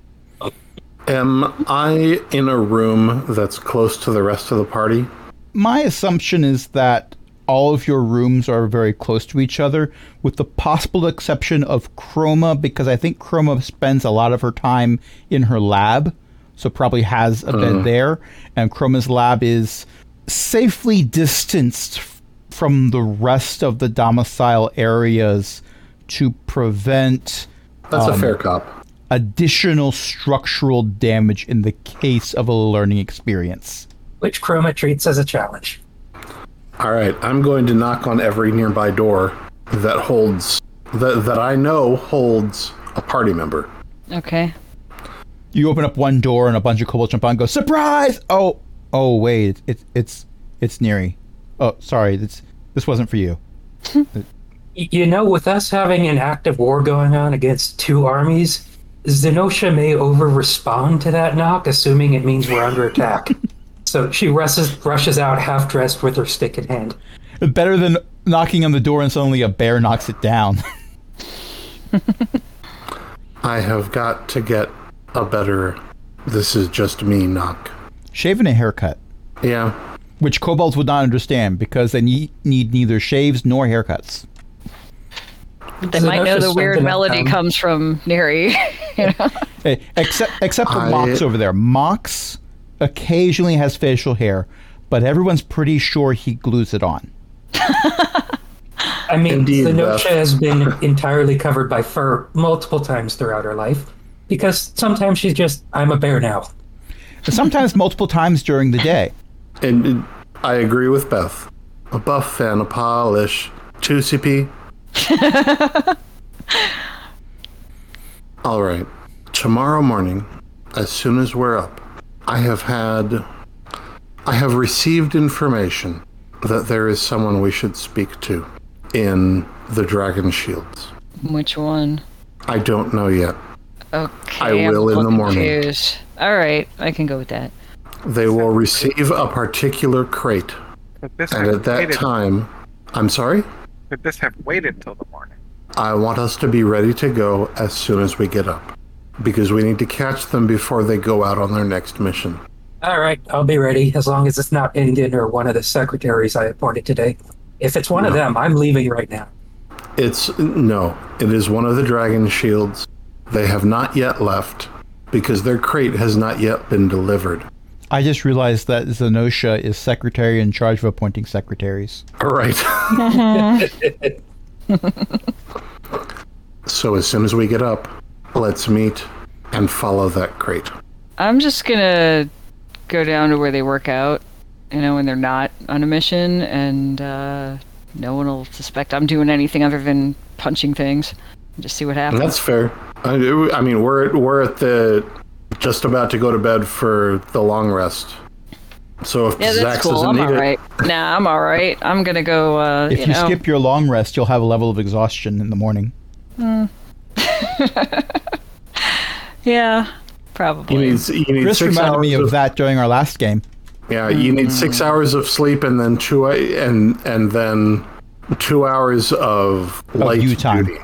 Speaker 3: Am I in a room that's close to the rest of the party?
Speaker 1: My assumption is that all of your rooms are very close to each other, with the possible exception of Chroma, because I think Chroma spends a lot of her time in her lab, so probably has a bed there. And Chroma's lab is safely distanced f- from the rest of the domicile areas to prevent
Speaker 3: That's a fair cop.
Speaker 1: additional structural damage in the case of a learning experience.
Speaker 5: which Chroma treats as a challenge.
Speaker 3: All right, I'm going to knock on every nearby door that holds that that I know holds a party member.
Speaker 4: Okay.
Speaker 1: you open up one door and a bunch of kobolds jump out and go surprise oh oh wait it's it's it's Neri. oh sorry this this wasn't for you
Speaker 5: Y- You know, with us having an active war going on against two armies, Zenosha may over respond to that knock, assuming it means we're under attack. So she rushes, rushes out half dressed with her stick in hand.
Speaker 1: better than knocking on the door and suddenly a bear knocks it down <laughs>
Speaker 3: I have got to get a better. This is just me knock.
Speaker 1: shaving a haircut
Speaker 3: Yeah,
Speaker 1: which kobolds would not understand because they need, need neither shaves nor haircuts
Speaker 4: They might know
Speaker 5: Zenosha's
Speaker 4: the weird
Speaker 5: something I
Speaker 4: melody
Speaker 5: found.
Speaker 4: comes from Neri. <laughs> you know?
Speaker 1: Hey, Eh, except except for
Speaker 3: I-
Speaker 1: Mox over there Mox occasionally has facial hair but everyone's pretty sure he glues it on
Speaker 5: I mean,
Speaker 3: Indeed,
Speaker 5: Zenosha
Speaker 3: Beth.
Speaker 5: has been entirely covered by fur multiple times throughout her life because sometimes she's just, I'm a bear now.
Speaker 1: sometimes multiple times during the day
Speaker 3: and, and I agree with Beth. A buff and a polish. Two CP. All right. Tomorrow morning, as soon as we're up, I have had. I have received information that there is someone we should speak to in the Dragon Shields.
Speaker 4: Which one?
Speaker 3: I don't know yet.
Speaker 4: Okay.
Speaker 3: I
Speaker 4: I'm
Speaker 3: will in
Speaker 4: a
Speaker 3: the
Speaker 4: little
Speaker 3: morning.
Speaker 4: confused. All right, I can go with that.
Speaker 3: They will receive a particular crate,
Speaker 2: Could this
Speaker 3: and
Speaker 2: have
Speaker 3: at that
Speaker 2: waited-
Speaker 3: time, I'm sorry?
Speaker 2: could this have waited till the morning?
Speaker 3: I want us to be ready to go as soon as we get up because we need to catch them before they go out on their next mission.
Speaker 5: All right, I'll be ready as long as it's not Indian or one of the secretaries I appointed today. If it's one of them, I'm leaving right now.
Speaker 3: It's no, it is one of the dragon shields. They have not yet left because their crate has not yet been delivered.
Speaker 1: I just realized that Zenosha is secretary in charge of appointing secretaries.
Speaker 3: All right. <laughs> so as soon as we get up, let's meet and follow that crate.
Speaker 4: I'm just gonna go down to where they work out, you know, when they're not on a mission, and uh, no one will suspect I'm doing anything other than punching things. Just see what happens.
Speaker 3: That's fair. I, I mean, we're we're at the just about to go to bed for the long rest. So if
Speaker 4: yeah, that's
Speaker 3: Zax
Speaker 4: cool.
Speaker 3: doesn't
Speaker 4: I'm
Speaker 3: need
Speaker 4: all
Speaker 3: it,
Speaker 4: right. Nah, I'm all right. I'm gonna go. Uh,
Speaker 1: If you,
Speaker 4: you know,
Speaker 1: skip your long rest, you'll have a level of exhaustion in the morning.
Speaker 4: yeah,
Speaker 3: you
Speaker 4: probably.
Speaker 3: need you need
Speaker 1: Chris
Speaker 3: six
Speaker 1: reminded
Speaker 3: hours
Speaker 1: me of, that during our last game.
Speaker 3: Yeah, you need
Speaker 4: Mm.
Speaker 3: six hours of sleep and then two and and then two hours of light
Speaker 1: you time.
Speaker 3: duty,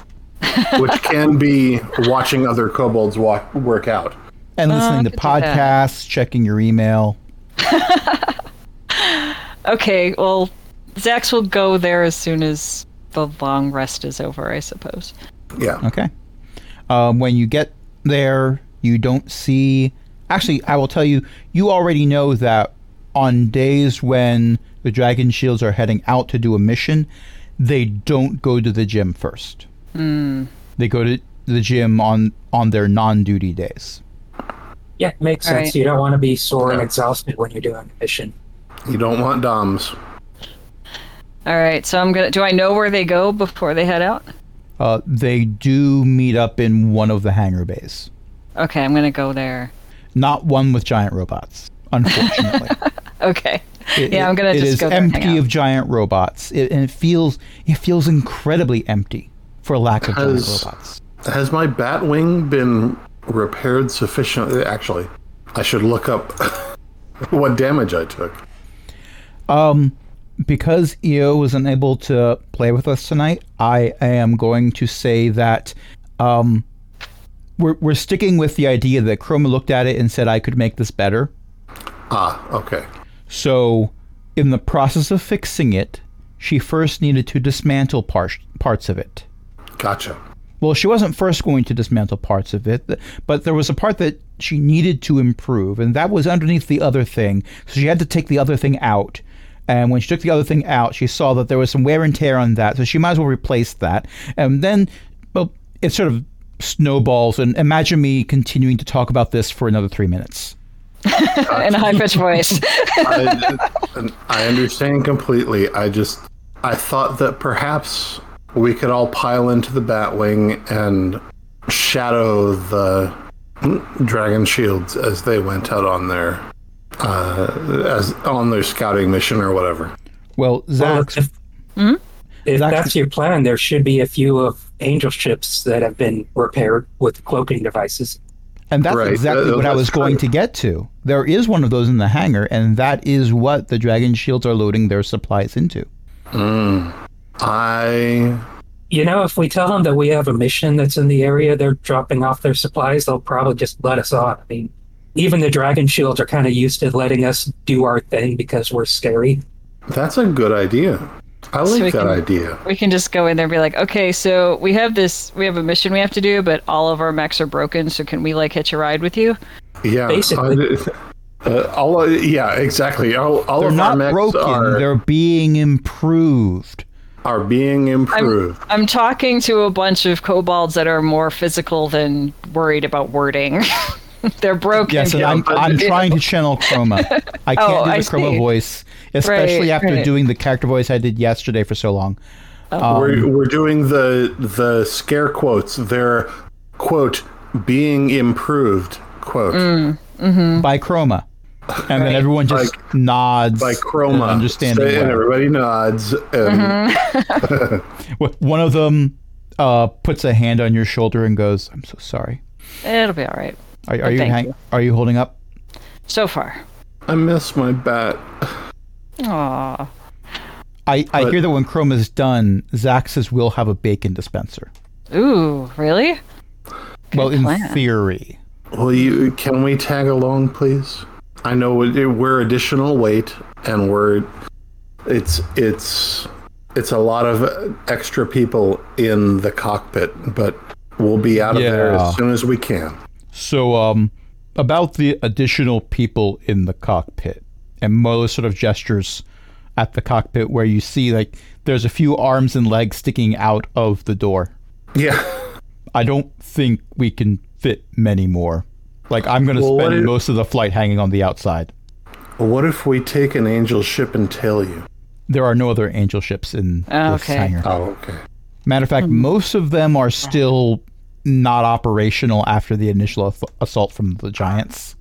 Speaker 3: which can be watching other kobolds walk work out.
Speaker 1: And listening
Speaker 4: Oh, I
Speaker 1: to
Speaker 4: could do that.
Speaker 1: podcasts, checking your email.
Speaker 4: Okay, well, Zax will go there as soon as the long rest is over, I suppose.
Speaker 3: Yeah.
Speaker 1: Okay. Um, when you get there, you don't see. Actually, I will tell you, you already know that on days when the Dragon Shields are heading out to do a mission, they don't go to the gym first. They go to the gym on, on their non duty days.
Speaker 5: Yeah, makes
Speaker 4: All
Speaker 5: sense.
Speaker 4: right.
Speaker 5: You don't want to be sore and
Speaker 3: No.
Speaker 5: exhausted when you're doing a mission.
Speaker 3: You don't want doms.
Speaker 4: All right, so I'm gonna. Do I know where they go before they head out?
Speaker 1: Uh, they do meet up in one of the hangar bays.
Speaker 4: Okay, I'm gonna go there.
Speaker 1: Not one with giant robots, unfortunately.
Speaker 4: Okay.
Speaker 1: It-
Speaker 4: yeah, I'm gonna
Speaker 1: it
Speaker 4: just
Speaker 1: is
Speaker 4: go there and hang
Speaker 1: empty
Speaker 4: out.
Speaker 1: of giant robots, it, and it feels it feels incredibly empty for lack of giant
Speaker 3: Has-
Speaker 1: robots.
Speaker 3: Has my bat wing been repaired sufficiently? Actually, I should look up <laughs> what damage I took.
Speaker 1: Um, because EO was unable to play with us tonight, I am going to say that um, we're, we're sticking with the idea that Chroma looked at it and said, I could make this better.
Speaker 3: Ah, okay.
Speaker 1: So, in the process of fixing it, she first needed to dismantle par- parts of it.
Speaker 3: Gotcha.
Speaker 1: Well, she wasn't first going to dismantle parts of it, th- but there was a part that she needed to improve, and that was underneath the other thing. So she had to take the other thing out. And when she took the other thing out, she saw that there was some wear and tear on that, so she might as well replace that. And then, well, it sort of snowballs, and imagine me continuing to talk about this for another three minutes.
Speaker 4: <laughs> in a high pitched voice.
Speaker 3: I, I understand completely. I just I thought that perhaps we could all pile into the Batwing and shadow the dragon shields as they went out on their uh, as on their scouting mission or whatever.
Speaker 1: Well,
Speaker 5: Well,
Speaker 1: Zach,
Speaker 5: if if
Speaker 1: Zach-
Speaker 5: that's your plan, there should be a few of Angel ships that have been repaired with cloaking devices.
Speaker 1: And that's
Speaker 3: Right.
Speaker 1: exactly
Speaker 3: Uh,
Speaker 1: what I
Speaker 3: that's
Speaker 1: was going to
Speaker 3: true.
Speaker 1: get to. There is one of those in the hangar, and that is what the dragon shields are loading their supplies into.
Speaker 3: I
Speaker 5: You know, if we tell them that we have a mission that's in the area, they're dropping off their supplies, they'll probably just let us on. I mean, even the Dragon Shields are kind of used to letting us do our thing because we're scary.
Speaker 3: that's a good idea. I
Speaker 4: So we
Speaker 3: like that
Speaker 4: can-
Speaker 3: idea.
Speaker 4: we can just go in there and be like, okay, so we have this, we have a mission we have to do, but all of our mechs are broken, so can we like hitch a ride with you?
Speaker 3: Yeah.
Speaker 5: Basically.
Speaker 3: I- uh, all, yeah, exactly. All, all
Speaker 1: They're
Speaker 3: of our
Speaker 1: not
Speaker 3: mechs
Speaker 1: broken,
Speaker 3: are,
Speaker 1: they're being improved.
Speaker 3: are being improved.
Speaker 4: I'm talking to a bunch of kobolds that are more physical than worried about wording. <laughs> They're broken.
Speaker 1: Yes, and I'm,
Speaker 4: <laughs>
Speaker 1: I'm trying to channel Chroma. I can't
Speaker 4: Oh,
Speaker 1: do the
Speaker 4: I
Speaker 1: Chroma
Speaker 4: see.
Speaker 1: voice, especially
Speaker 4: Right,
Speaker 1: after
Speaker 4: right.
Speaker 1: doing the character voice I did yesterday for so long. um,
Speaker 3: we're, we're doing the the scare quotes. They're quote being improved quote
Speaker 1: Mm. By Chroma. And then everyone just nods.
Speaker 3: by Chroma.
Speaker 1: and Understanding.
Speaker 3: and
Speaker 1: well.
Speaker 3: everybody nods. And
Speaker 1: Mm-hmm. Wh- One of them uh, puts a hand on your shoulder and goes, I'm so sorry.
Speaker 4: It'll be all right.
Speaker 1: Are, are, you,
Speaker 4: Oh, thank
Speaker 1: hang-
Speaker 4: you.
Speaker 1: are you holding up?
Speaker 4: So far.
Speaker 3: I miss my bat.
Speaker 4: Aww.
Speaker 1: I, I
Speaker 3: But-
Speaker 1: hear that when Chroma's done, Zach says we'll have a bacon dispenser.
Speaker 4: Ooh, really?
Speaker 1: well, in
Speaker 4: plan.
Speaker 1: theory.
Speaker 3: Will you? Can we tag along, please? I know it- we're additional weight, and we're it's it's it's a lot of extra people in the cockpit, but we'll be out of there
Speaker 1: Yeah.
Speaker 3: as soon as we can.
Speaker 1: So, um, about the additional people in the cockpit, and Molo sort of gestures at the cockpit where you see like there's a few arms and legs sticking out of the door.
Speaker 3: Yeah.
Speaker 1: I don't think we can fit many more. Like I'm going to
Speaker 3: Well, what
Speaker 1: spend
Speaker 3: if-
Speaker 1: most of the flight hanging on the outside.
Speaker 3: What if we take an angel ship and tail you?
Speaker 1: There are no other angel ships in
Speaker 4: Oh,
Speaker 1: this
Speaker 4: okay.
Speaker 1: hangar.
Speaker 3: Oh, okay.
Speaker 1: Matter of fact, most of them are still not operational after the initial ath- assault from the giants.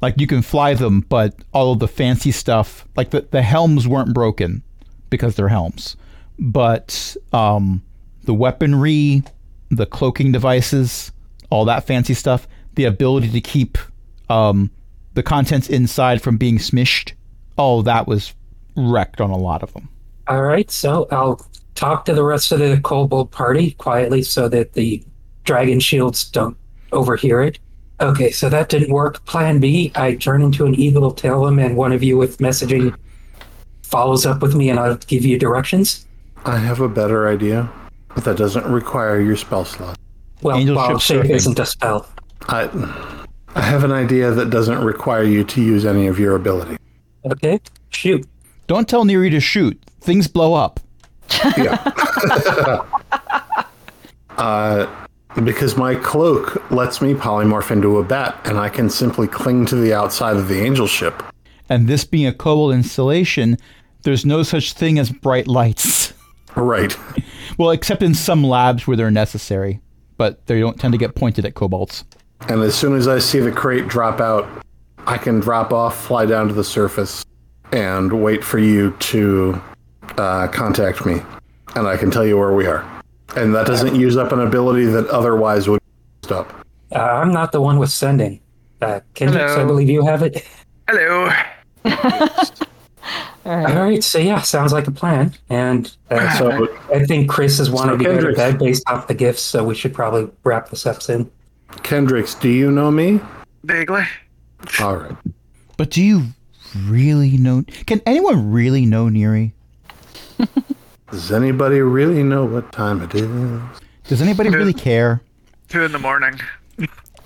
Speaker 1: Like you can fly them, but all of the fancy stuff, like the, the helms weren't broken because they're helms, but um, the weaponry, the cloaking devices, all that fancy stuff, the ability to keep um, the contents inside from being smished, all that was wrecked on a lot of them.
Speaker 5: All right, so I'll talk to the rest of the Kobold party quietly so that the Dragon Shields don't overhear it. Okay, so that didn't work. Plan B, I turn into an eagle, tell them, and one of you with messaging follows up with me and I'll give you directions.
Speaker 3: I have a better idea, but that doesn't require your spell slot.
Speaker 5: Well,
Speaker 1: Angel
Speaker 5: ball
Speaker 1: ship
Speaker 5: shape
Speaker 1: surfing.
Speaker 5: isn't a spell.
Speaker 3: I, I have an idea that doesn't require you to use any of your ability.
Speaker 5: Okay, shoot.
Speaker 1: Don't tell Neri to shoot. Things blow up.
Speaker 3: Because my cloak lets me polymorph into a bat, and I can simply cling to the outside of the angel ship.
Speaker 1: And this being a cobalt installation, there's no such thing as bright lights. <laughs>
Speaker 3: Right.
Speaker 1: well, except in some labs where they're necessary, but they don't tend to get pointed at cobalts.
Speaker 3: And as soon as I see the crate drop out, I can drop off, fly down to the surface, and wait for you to uh, contact me. And I can tell you where we are. And that doesn't use up an ability that otherwise would be used up.
Speaker 5: Uh, I'm not the one with sending. Uh, Kendrick, I
Speaker 2: Hello.
Speaker 5: believe you have it.
Speaker 2: Hello.
Speaker 5: All right, so yeah, sounds like a plan. And uh,
Speaker 3: <clears throat>
Speaker 5: so
Speaker 3: So
Speaker 5: I think Chris is wanting
Speaker 3: So
Speaker 5: to go to
Speaker 3: Kendrick-
Speaker 5: bed based off the gifts, so we should probably wrap this up soon.
Speaker 3: Kendricks, do you know me?
Speaker 2: Vaguely.
Speaker 3: All right.
Speaker 1: But do you really know? Can anyone really know Neri?
Speaker 3: Does anybody really know what time it is?
Speaker 1: Does anybody really care?
Speaker 2: Two in the morning.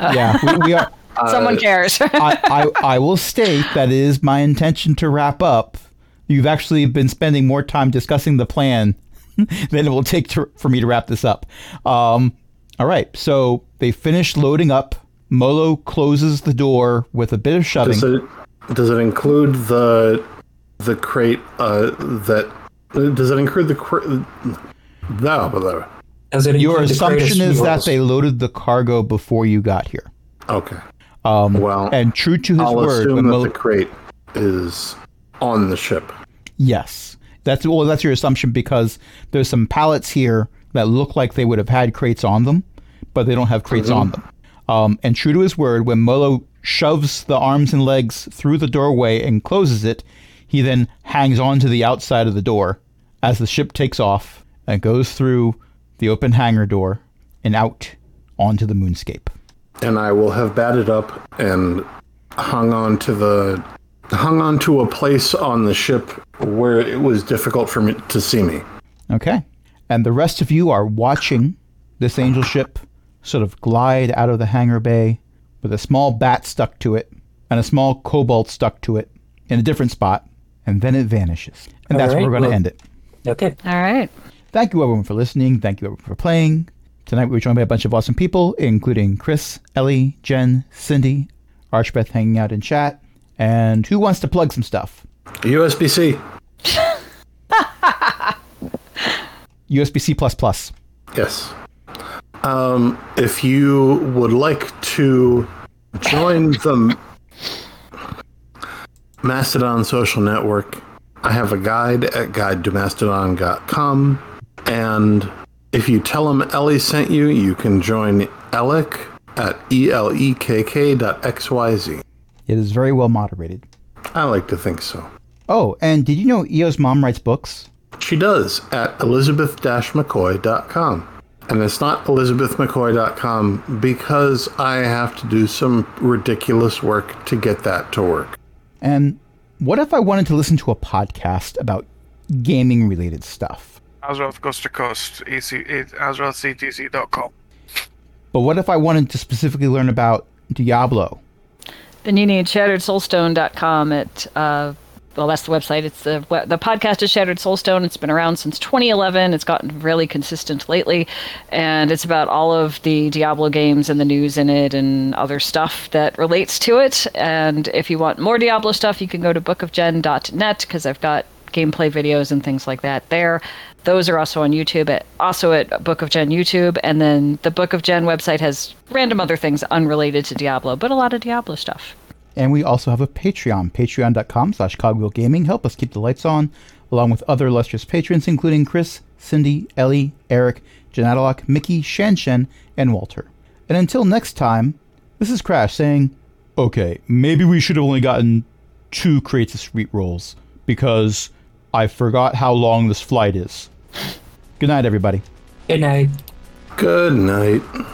Speaker 1: Yeah, we, we are.
Speaker 4: Someone cares. <laughs>
Speaker 1: I, I, I will state that it is my intention to wrap up. You've actually been spending more time discussing the plan <laughs> than it will take to, for me to wrap this up. Um, all right, so they finish loading up. Molo closes the door with a bit of shoving.
Speaker 3: Does it, does it include the the crate uh, that? Does it include the crate? No, but the-
Speaker 5: As it
Speaker 1: Your
Speaker 5: include the greatest
Speaker 1: assumption is that
Speaker 5: heroes?
Speaker 1: they loaded the cargo before you got here.
Speaker 3: okay.
Speaker 1: Um,
Speaker 3: Well,
Speaker 1: and true to his
Speaker 3: I'll
Speaker 1: word,
Speaker 3: assume
Speaker 1: when
Speaker 3: that
Speaker 1: Molo-
Speaker 3: the crate is on the ship.
Speaker 1: Yes. That's well, that's your assumption because there's some pallets here that look like they would have had crates on them, but they don't have crates on them. Um, and true to his word, when Molo shoves the arms and legs through the doorway and closes it, he then hangs on to the outside of the door as the ship takes off and goes through the open hangar door and out onto the moonscape.
Speaker 3: and I will have batted up and hung on to the hung on to a place on the ship where it was difficult for me to see me.
Speaker 1: Okay. And the rest of you are watching this angel ship sort of glide out of the hangar bay with a small bat stuck to it and a small cobalt stuck to it in a different spot. And then it vanishes. And that's where
Speaker 5: Alright,
Speaker 1: we're going to
Speaker 5: well-
Speaker 1: end it.
Speaker 5: Okay.
Speaker 4: All right.
Speaker 1: Thank you, everyone, for listening. Thank you, everyone, for playing. Tonight, we were joined by a bunch of awesome people, including Chris, Ellie, Jen, Cindy, Archbeth hanging out in chat. And who wants to plug some stuff?
Speaker 3: USB-C.
Speaker 1: USB C. plus.
Speaker 3: Yes. Um, if you would like to join the Mastodon social network, I have a guide at guidedomastodon.com. And if you tell them Ellie sent you, you can join Alec at E E-L-E-K-K dot XYZ.
Speaker 1: It is very well moderated.
Speaker 3: I like to think so.
Speaker 1: Oh, and did you know EO's mom writes books?
Speaker 3: She does at elizabeth-mccoy.com. And it's not elizabethmccoy.com because I have to do some ridiculous work to get that to work.
Speaker 1: And what if I wanted to listen to a podcast about gaming related stuff?
Speaker 2: Azroth Coast to Coast, E AC, AzrothCTC.com.
Speaker 1: But what if I wanted to specifically learn about Diablo?
Speaker 4: Then you need shatteredsoulstone.com at uh well that's the website. It's the we- the podcast is Shattered Soulstone. It's been around since 2011. It's gotten really consistent lately and it's about all of the Diablo games and the news in it and other stuff that relates to it. And if you want more Diablo stuff, you can go to bookofgen.net cuz I've got gameplay videos and things like that there. Those are also on YouTube, at, also at Book of Gen YouTube. And then the Book of Gen website has random other things unrelated to Diablo, but a lot of Diablo stuff.
Speaker 1: And we also have a Patreon, patreon.com slash cogwheelgaming. Help us keep the lights on, along with other illustrious patrons, including Chris, Cindy, Ellie, Eric, Janadalok, Mickey, Shan Shen, and Walter. And until next time, this is Crash saying, Okay, maybe we should have only gotten two crates of sweet rolls, because I forgot how long this flight is. Good night, everybody.
Speaker 5: Good night.
Speaker 3: Good night.